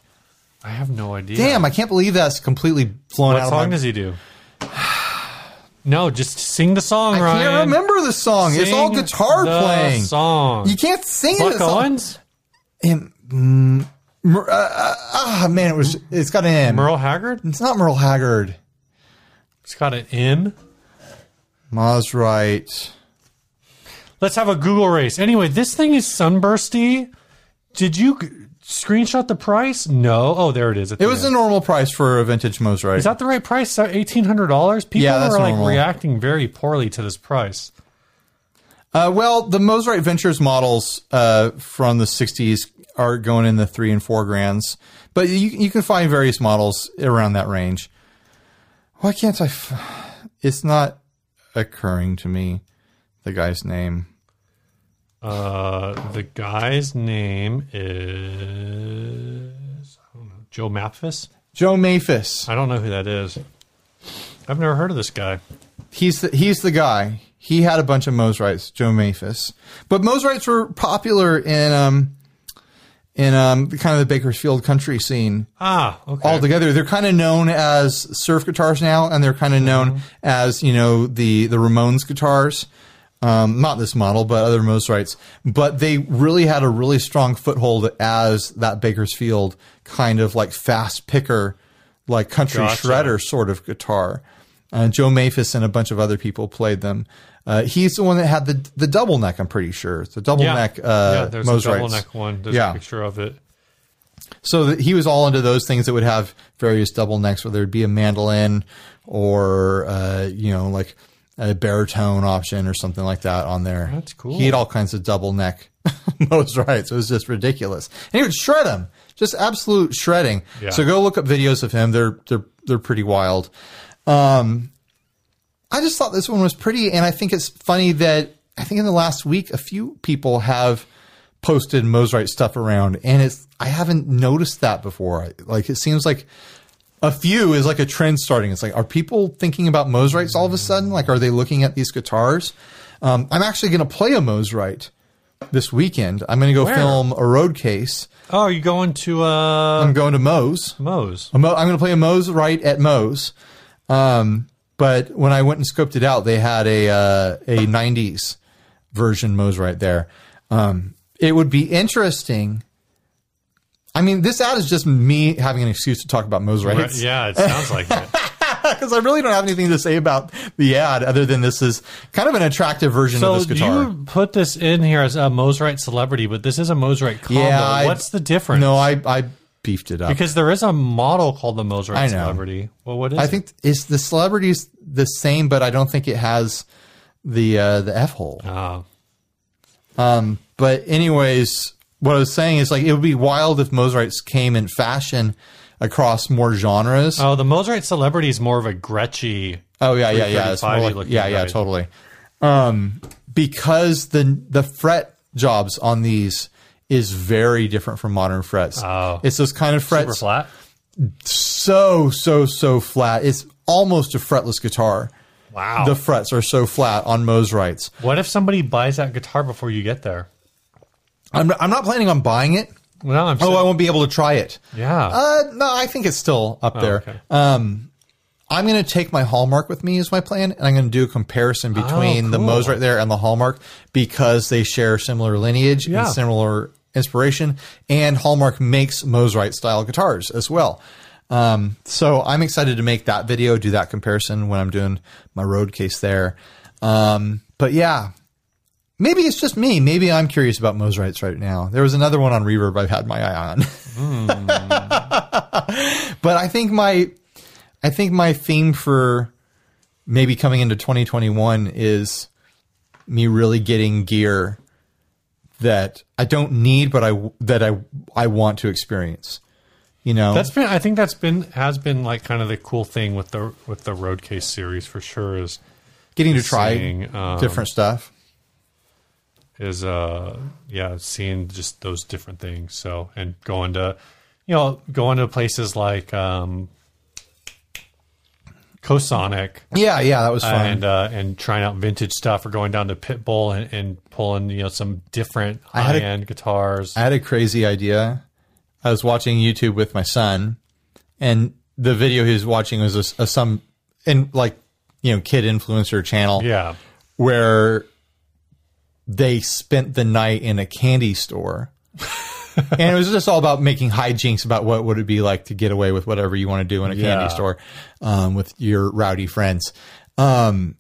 I have no idea.
Damn, I can't believe that's completely flown
What
out
song
of my
does he do? No, just sing the song,
I
Ryan.
can't remember the song. it's all
Sing
guitar
the
playing.
Song.
You can't sing
Buck
it. It's all-
Owens,
And, mm, Mer- uh, uh, ah, man, it was. It's got an M.
Merle Haggard.
it's not Merle Haggard.
It's got an M.
Mosrite.
Let's have a Google race. Anyway, this thing is sunbursty. Did you g- screenshot the price? No. Oh, there it is.
It was
End.
a normal price for a vintage Mosrite.
is that the right price? Eighteen hundred dollars. People
Yeah, that's
are like
normal.
reacting very poorly to this price.
uh, well, the Mosrite Ventures models uh, from the '60s are going in the three and four grands, but you you can find various models around that range. Why can't I? F- it's not occurring to me. The guy's name.
Uh, the guy's name is I don't know, Joe Mapfis.
Joe Maphis.
I don't know who that is. I've never heard of this guy.
He's the, he's the guy. He had a bunch of Mosrites, Joe Maphis. But Mosrites were popular in um in um kind of the Bakersfield country scene
Ah, okay.
altogether. They're kind of known as surf guitars now, and they're kind of
Mm-hmm.
known as you know the the Ramones guitars. Um, not this model, but other Mosrites. But they really had a really strong foothold as that Bakersfield kind of like fast picker, like country
Gotcha.
shredder sort of guitar. Uh, Joe Maphis and a bunch of other people played them. Uh, he's the one that had the the double neck. I'm pretty sure the double
yeah.
neck. Uh,
yeah, there's a
Mosrites.
double neck one. There's a
Yeah.
picture of it.
So that he was all into those things that would have various double necks, whether it be a mandolin or uh, you know like a baritone option or something like that on there.
That's cool.
He had all kinds of double neck most right. So it was just ridiculous, and he would shred them, just absolute shredding.
Yeah.
So go look up videos of him. They're they're they're pretty wild. I just thought this one was pretty, and I think it's funny that I think in the last week a few people have posted Mosrite stuff around, and it's I haven't noticed that before. Like it seems like a few is like a trend starting. It's like are people thinking about Mosrites all of a sudden? Like are they looking at these guitars? Um, I'm actually going to play a Mosrite this weekend. I'm going to go
Where?
film a road case.
Oh, you going to uh,
I'm going to Moe's.
Moe's?
A Mo- I'm going to play a Moe's right at Moe's. Um, but when I went and scoped it out, they had a uh, a '90s version Moe's right there. Um, it would be interesting. I mean, this ad is just me having an excuse to talk about Moe's right
Yeah, it sounds like it.
because I really don't have anything to say about the ad other than this is kind of an attractive version
So
of this guitar.
you put this in here as a Moserite celebrity, but this is a Moserite combo.
Yeah, I-
What's the difference?
no, I I beefed it up.
because there is a model called the Moserite
I know.
celebrity. Well, what is
I
it?
think it's the celebrities the same, but I don't think it has the uh, the f hole.
Oh,
But anyways, what I was saying is like it would be wild if Mosrites came in fashion across more genres. Oh,
oh, the Moserite celebrity is more of a Gretschy.
yeah, yeah, yeah. It's more
335
like-
looking
yeah, yeah,
guy.
totally. Um, because the the fret jobs on these is very different from modern frets.
Oh.
It's those kind of
Super
frets
flat.
so so so flat. It's almost a fretless guitar.
Wow.
The frets are so flat on Mosrites.
what if somebody buys that guitar before you get there?
I'm I'm not planning on buying it.
Well, no, I'm
Oh,
saying-
I won't be able to try it.
yeah.
Uh, no, I think it's still up there.
Oh,
Um,
okay.
I'm going to take my Hallmark with me is my plan, and I'm going to do a comparison between the
Oh, cool.
Moe's right there and the Hallmark because they share similar lineage
Yeah.
and similar inspiration, and Hallmark makes Moe's right style guitars as well. Um, so I'm excited to make that video, do that comparison when I'm doing my road case there. Um, but yeah, maybe it's just me. Maybe I'm curious about Moe's rights right now. There was another one on Reverb I've had my eye on. But I think my I think my theme for maybe coming into 2021 is me really getting gear that I don't need but I that I I want to experience. You know.
That's been I think that's been has been like kind of the cool thing with the with the road case series for sure is
getting to try
seeing, um,
different stuff.
is uh yeah seeing just those different things so and going to you know going to places like um Cosonic
Yeah, yeah, that was fun.
and uh and trying out vintage stuff or going down to Pitbull and, and pulling you know some different
had
high
a-
end guitars
I had a crazy idea. I was watching YouTube with my son, and the video he was watching was a, a some in like you know kid influencer channel
yeah
where they spent the night in a candy store. and it was just all about making hijinks about what would it be like to get away with whatever you want to do in a
Yeah.
candy store um, with your rowdy friends. Um,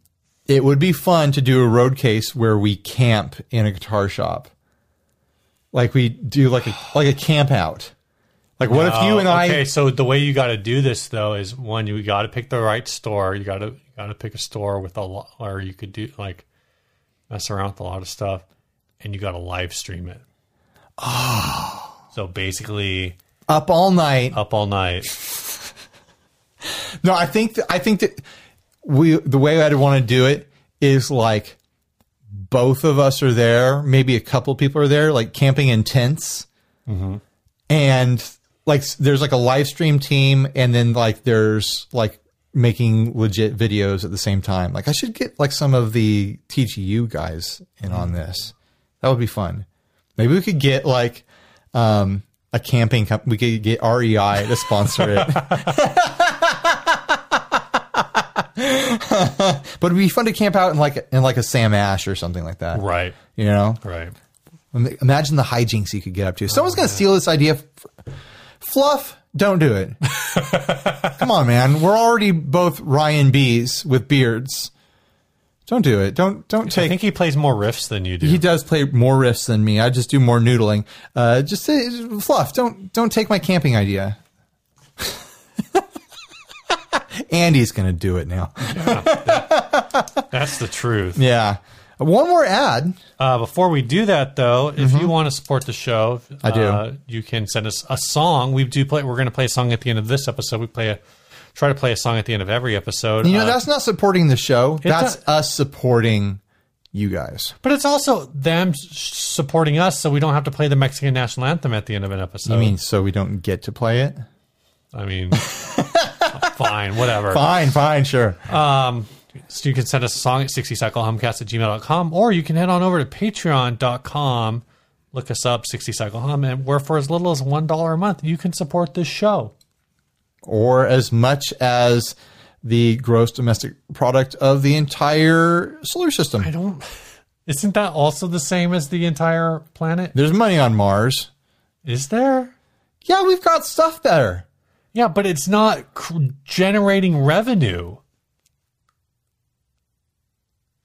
it would be fun to do a road case where we camp in a guitar shop, like we do like a like a camp out. Like what if you
Oh,
and
okay
I?
so the way you got to do this though is one you got to pick the right store you got to you got to pick a store with a lot or you could do like mess around with a lot of stuff and you got to live stream it
Ah.
oh. so basically
up all night?
up all night
No, I think th- I think that we the way I'd want to do it is like both of us are there, maybe a couple people are there, like camping in tents, and like s- there's like a live stream team, and then like there's like making legit videos at the same time. Like I should get like some of the TGU guys in on this. That would be fun. Maybe we could get like um a camping comp- we could get REI to sponsor it. But it'd be fun to camp out in like in like a Sam Ash or something like that.
right
You know,
right
Im- imagine the hijinks you could get up to. Someone's gonna steal this idea. F- Fluff, don't do it. Come on, man. We're already both Ryan B's with beards. Don't do it. Don't don't
i
take.
think he plays more riffs than you do
He does play more riffs than me. I just do more noodling. Uh, just say, fluff. Don't don't take my camping idea. Andy's gonna do it now.
that's the truth
Yeah. One more ad.
Uh, before we do that, though, if you want to support the show,
Mm-hmm. I do.
Uh, you can send us a song. We do play. We're going to play a song at the end of this episode. We play a try to play a song at the end of every episode.
You know,
Uh,
that's not supporting the show. That's
does-
us supporting you guys.
but it's also them s- supporting us, so we don't have to play the Mexican national anthem at the end of an episode.
I mean, so we don't get to play it.
I mean, fine, whatever.
Fine, fine, sure.
So you can send us a song at 60cyclehumcast at gmail.com, or you can head on over to patreon.com, look us up, 60cyclehum, and where for as little as $1 a month, you can support this show.
or as much as the gross domestic product of the entire solar system.
I don't. Isn't that also the same as the entire planet?
There's money on Mars.
Is there?
Yeah, we've got stuff better.
Yeah, but it's not cr- generating revenue.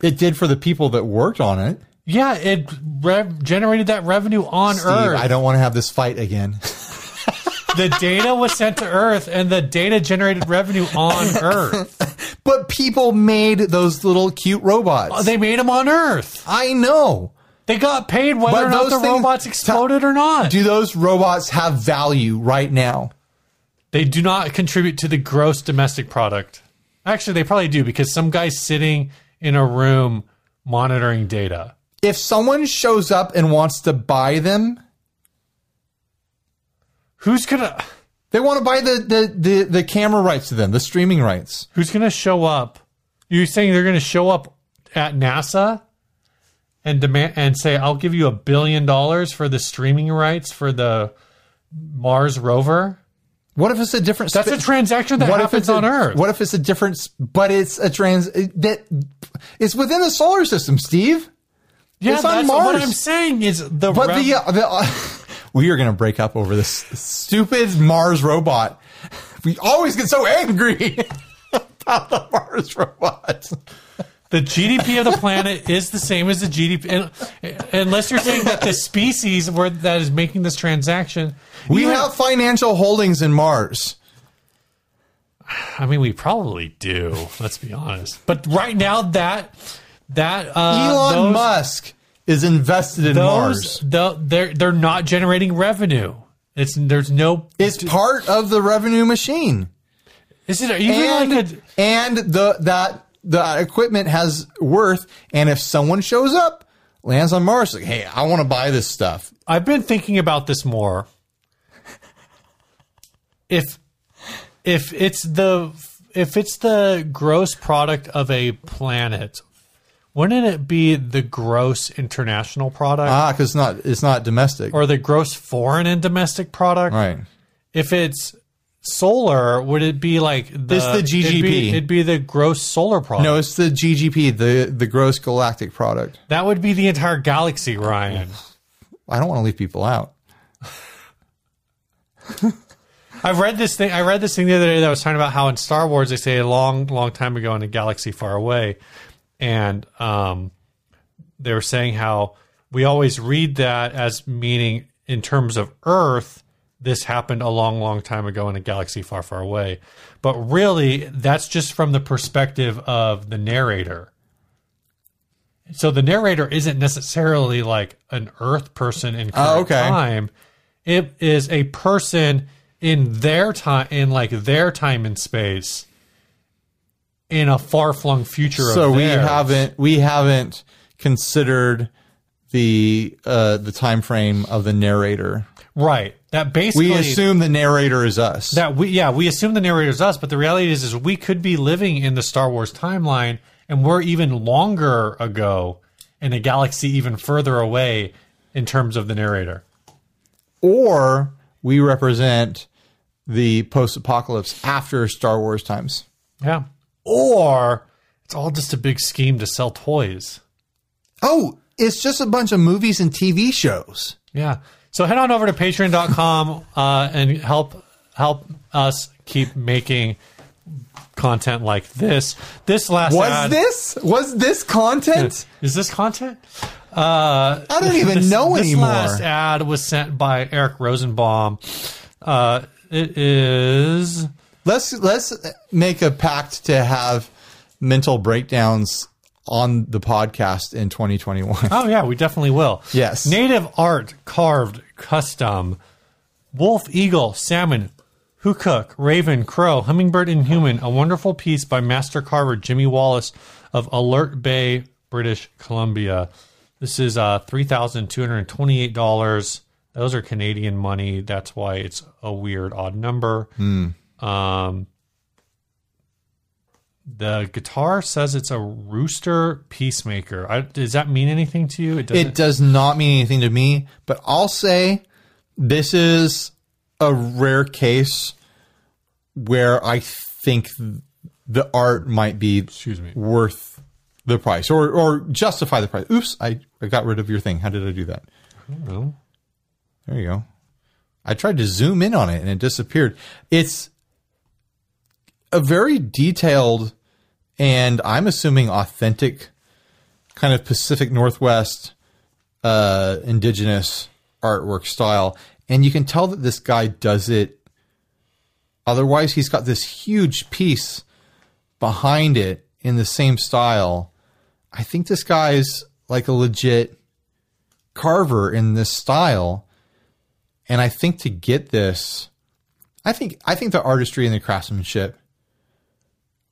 It did for the people that worked on it.
Yeah, it rev- generated that revenue on
Steve,
Earth.
I don't want to have this fight again.
the data was sent to Earth, and the data generated revenue on Earth.
but people made those little cute robots.
Oh, They made them on Earth.
I know.
They got paid whether
But
or not
those
the
things-
robots exploded or not.
Do those robots have value right now?
They do not contribute to the gross domestic product. Actually, they probably do because some guy's sitting in a room monitoring data.
if someone shows up and wants to buy them,
Who's gonna?
they want to buy the the the, the camera rights to them, the streaming rights.
Who's going to show up? You're saying they're going to show up at NASA and demand and say, "I'll give you a billion dollars for the streaming rights for the Mars rover."
What if it's a different?
That's a transaction that happens
it's a-
on Earth.
What if it's a difference? But it's a trans that it's within the solar system, Steve.
yeah,
it's on
that's
Mars.
what I'm saying is the
But
rev-
the, uh, the uh, we are going to break up over this stupid Mars robot. We always get so angry about the Mars robot.
The GDP of the planet is the same as the GDP, and, unless you're saying that the species where that is making this transaction.
We
even-
have financial holdings in Mars.
I mean, we probably do. Let's be honest. But right now, that that uh,
Elon
those,
Musk is invested in
those
Mars.
tho- they're they're not generating revenue. It's there's no.
It's part of the revenue machine.
Is it? Are you really
and,
like a,
and the that the equipment has worth and if someone shows up lands on mars like hey i want to buy this stuff
I've been thinking about this more. If if it's the if it's the gross product of a planet, wouldn't it be the gross international product
ah because it's not it's not domestic
or the gross foreign and domestic product?
right
If it's solar, would it be like the
It's the
It'd be,
GGP.
it'd be the gross solar product.
no it's the ggp the the gross galactic product
that would be the entire galaxy, Ryan.
i don't want to leave people out
I read this thing. I read this thing the other day that was talking about how in Star Wars they say a long, long time ago in a galaxy far away, and um, they were saying how we always read that as meaning in terms of Earth. This happened a long, long time ago in a galaxy far, far away. But really, that's just from the perspective of the narrator. So the narrator isn't necessarily like an Earth person in current
Oh, okay.
time. It is a person in their time, in like their time and space, in a far flung future.
so
of
we
theirs.
haven't we haven't considered the uh the time frame of the narrator
right that basically
we assume the narrator is us
that we yeah we assume the narrator's us, but the reality is is we could be living in the Star Wars timeline, and we're even longer ago in a galaxy even further away in terms of the narrator.
or we represent the post-apocalypse after Star Wars times.
Yeah, or it's all just a big scheme to sell toys.
Oh, it's just a bunch of movies and TV shows.
Yeah. So head on over to patreon.com uh, and help help us keep making content like this. This last
Was
ad-
this was this content?
is this content? Uh,
I don't even
this-
know
this
anymore.
last ad was sent by Eric Rosenbaum. Uh, it is
Let's let's make a pact to have mental breakdowns on the podcast in 2021.
Oh yeah, we definitely will.
Yes.
Native art, carved, custom, wolf, eagle, salmon, hookook, raven, crow, hummingbird, and human. A wonderful piece by master carver Jimmy Wallace of Alert Bay, British Columbia. This is uh, three thousand two hundred twenty-eight dollars. Those are Canadian money. That's why it's a weird odd number. Um, the guitar says it's a rooster peacemaker. I, does that mean anything to you? It doesn't.
It does not mean anything to me, but I'll say this is a rare case where I think the art might be
excuse me.
worth the price or or justify the price. Oops, I, I got rid of your thing. How did I do that?
No.
There you go. I tried to zoom in on it and it disappeared. It's a very detailed and I'm assuming authentic kind of Pacific Northwest uh, indigenous artwork style. And you can tell that this guy does it. Otherwise, he's got this huge piece behind it in the same style. I think this guy's like a legit carver in this style and I think to get this, I think I think the artistry and the craftsmanship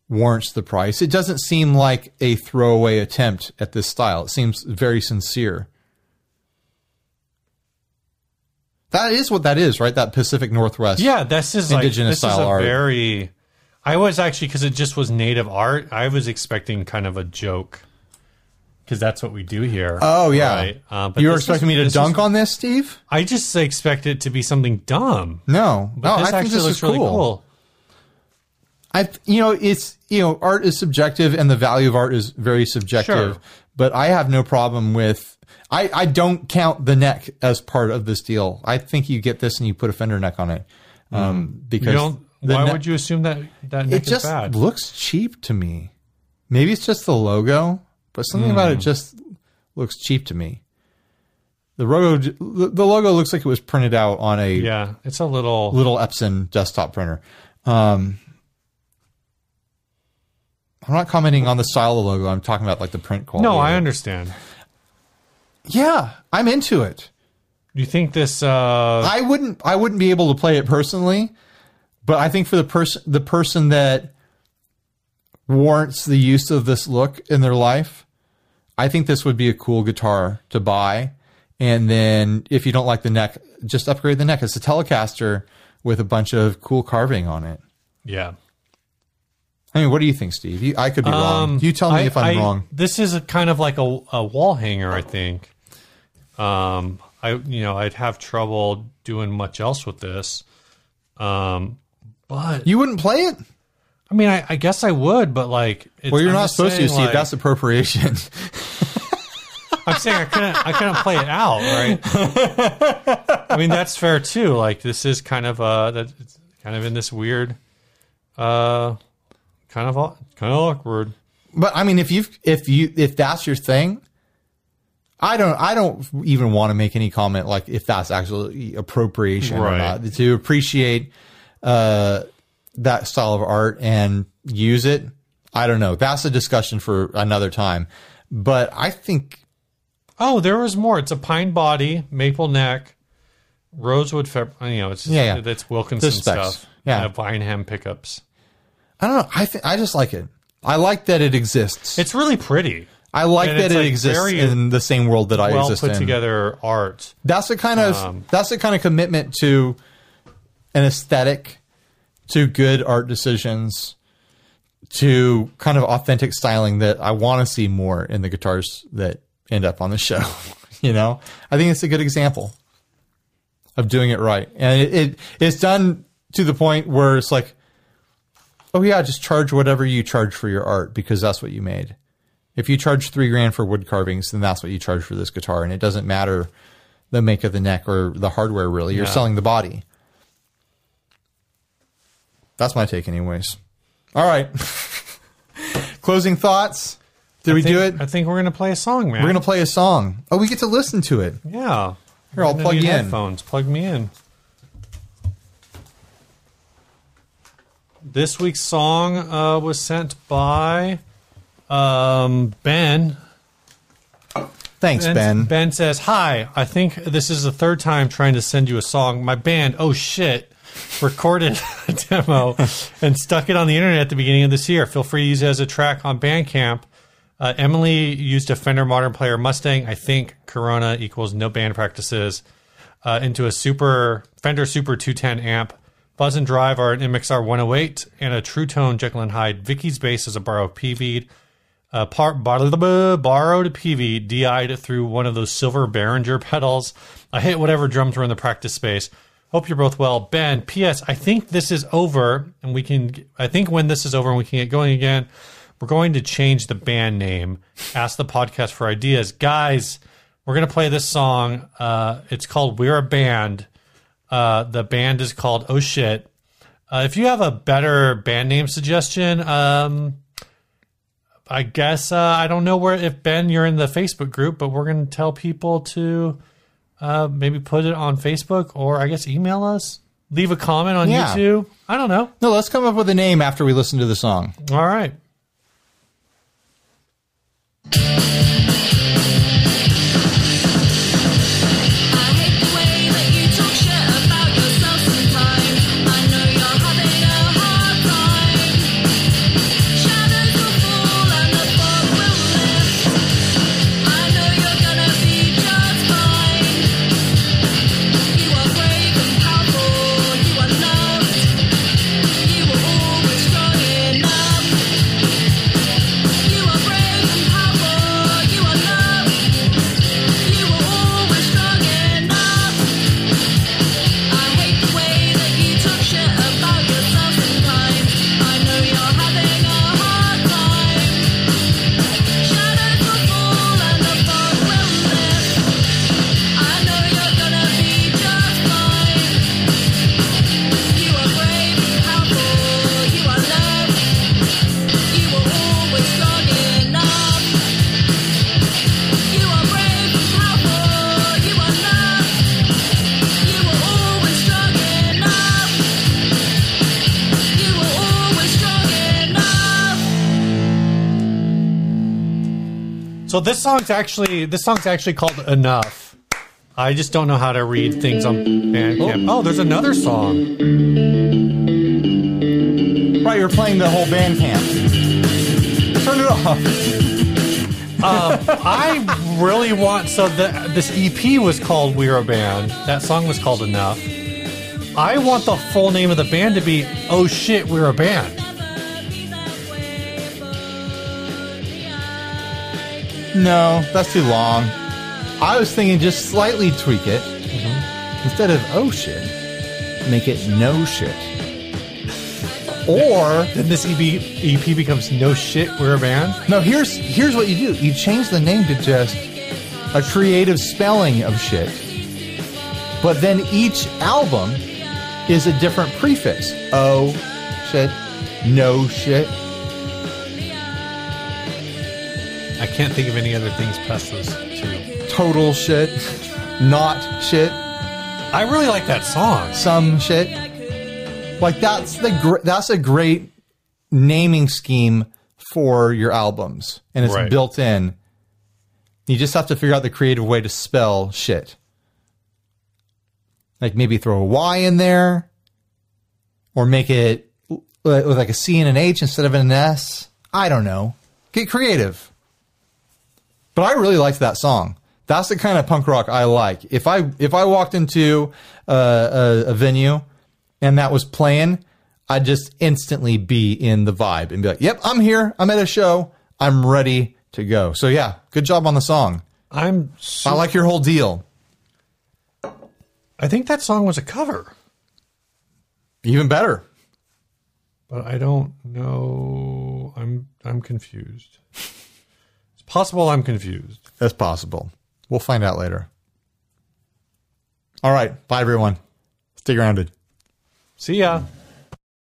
warrants the price. It doesn't seem like a throwaway attempt at this style. It seems very sincere. That is what that is, right? That Pacific Northwest.
Yeah, this is like
Indigenous
this is
style
a
art.
very. I was actually because it just was native art. I was expecting kind of a joke because that's what we do here.
Oh yeah.
right? Uh, but
you were
this
expecting
is-
me to
this
dunk
is-
on this, Steve?
I just expect it to be something dumb.
No. no,
this
I
actually
think this
looks
is
really cool.
I you know it's you know art is subjective and the value of art is very subjective.
Sure.
But I have no problem with I I don't count the neck as part of this deal. I think you get this and you put a fender neck on it um, because
Mm-hmm. You don't.
the
Why
ne-
would you assume that that
it
neck is
just
bad?
looks cheap to me. Maybe it's just the logo, but something about
Hmm.
it just looks cheap to me. The logo, the logo looks like it was printed out on a
Yeah, it's a little.
little Epson desktop printer. Um, I'm not commenting on the style of the logo. I'm talking about like the print quality.
No,
of
I
it.
understand.
Yeah, I'm into it.
You think this? uh
I wouldn't I wouldn't be able to play it personally, but I think for the person the person that warrants the use of this look in their life, I think this would be a cool guitar to buy. And then if you don't like the neck, just upgrade the neck. It's a Telecaster with a bunch of cool carving on it.
Yeah.
I mean, what do you think, Steve? You, I could be wrong. Um, You tell me
Um, I-
if I'm
I-
wrong.
This is a kind of like a, a wall hanger, I think. Um, I you know I'd have trouble doing much else with this. Um, but
You wouldn't play it?
I mean, I, I guess I would, but like, it's,
Well, you're
I'm
not
just
supposed
saying,
to, Steve.
like-
That's appropriation.
I'm saying I couldn't I couldn't play it out, right? I mean that's fair too. Like this is kind of uh that it's kind of in this weird uh kind of au- kind of awkward.
But I mean, if you if you if that's your thing, I don't I don't even want to make any comment like if that's actually appropriation or
Right.
not. To appreciate uh, that style of art and use it, I don't know. That's a discussion for another time. But I think
Oh, there was more. It's a pine body, maple neck, rosewood feb you know, it's
Yeah, yeah.
that's Wilkinson
The specs.
stuff.
Yeah.
Uh, Vineham pickups.
I don't know. I think I just like it. I like that it exists.
It's really pretty.
I like
and
that
it's,
it
like,
exists
very
in the same world that I
Well
exist
put
in.
together Um, art.
That's the kind of that's the kind of commitment to an aesthetic, to good art decisions, to kind of authentic styling that I want to see more in the guitars that end up on the show. you know, I think it's a good example of doing it right, and it, it it's done to the point where it's like, oh yeah, just charge whatever you charge for your art because that's what you made. If you charge three grand for wood carvings, then that's what you charge for this guitar, and it doesn't matter the make of the neck or the hardware. Really, you're
Yeah.
selling the body. That's my take, anyways. All right. Closing thoughts. Did we
I think-
do it?
I think we're gonna play a song, man.
We're gonna play a song. Oh, we get to listen to it.
Yeah.
Here, I'll
Gonna
plug
need
you in.
Headphones. Plug me in. This week's song uh, was sent by um, ben.
Thanks, Ben.
Ben says, "Hi. I think this is the third time trying to send you a song. My band, oh shit, recorded a demo and stuck it on the internet at the beginning of this year. Feel free to use it as a track on Bandcamp." Uh, Emily used a Fender Modern Player Mustang. I think Corona equals no band practices uh, into a Super Fender Super 210 amp. Buzz and Drive are an MXR 108 and a True Tone Jekyll and Hyde. Vicky's bass is a borrowed PV uh, par- bar- blah, borrowed PV, DI'd through one of those silver Behringer pedals. I hit whatever drums were in the practice space. Hope you're both well. Ben, P.S. I think this is over and we can, g- I think when this is over and we can get going again, we're going to change the band name. Ask the podcast for ideas. Guys, we're going to play this song. Uh, it's called We're a Band. Uh, the band is called Oh Shit. Uh, if you have a better band name suggestion, um, I guess uh, I don't know where if Ben you're in the Facebook group, but we're going to tell people to uh, maybe put it on Facebook or I guess email us, leave a comment on
Yeah.
YouTube. I don't know.
No, let's come up with a name after we listen to the song.
All right.
I hate the way that you talk shit about yourself sometimes. I know you're having a hard time. Shadows will fall and the fog will lift. I know you're gonna be just fine. You are brave and powerful. You are loved. You were always strong enough.
So this song's actually this song's actually called Enough. I just don't know how to read things on Bandcamp. Oh, there's another song.
Right, you're playing the whole band camp. Turn it off.
I really want so the this EP was called We're a Band. That song was called Enough. I want the full name of the band to be Oh shit, we're a band.
No, that's too long. I was thinking just slightly tweak it. Instead of oh shit, make it no shit. Or
Then this E EP EP becomes No shit, we're a band.
no, here's here's what you do. You change the name to just a creative spelling of shit. But then each album is a different prefix. Oh shit, no shit.
I can't think of any other things past those two.
total shit, not shit,
I really like that song.
some shit. Like that's the gr- that's a great naming scheme for your albums, and it's
Right.
built in. You just have to figure out the creative way to spell shit. Like maybe throw a Y in there, or make it l- with like a C and an H instead of an S. I don't know. Get creative. But I really liked that song. That's the kind of punk rock I like. If I if I walked into uh, a, a venue and that was playing, I'd just instantly be in the vibe and be like, "Yep, I'm here. I'm at a show. I'm ready to go." So yeah, good job on the song.
I'm
I
so,
like your whole deal.
I think that song was a cover,
Even better.
but I don't know. I'm I'm confused. It's possible I'm confused.
That's possible. We'll find out later. All right, bye everyone. Stay grounded.
See ya.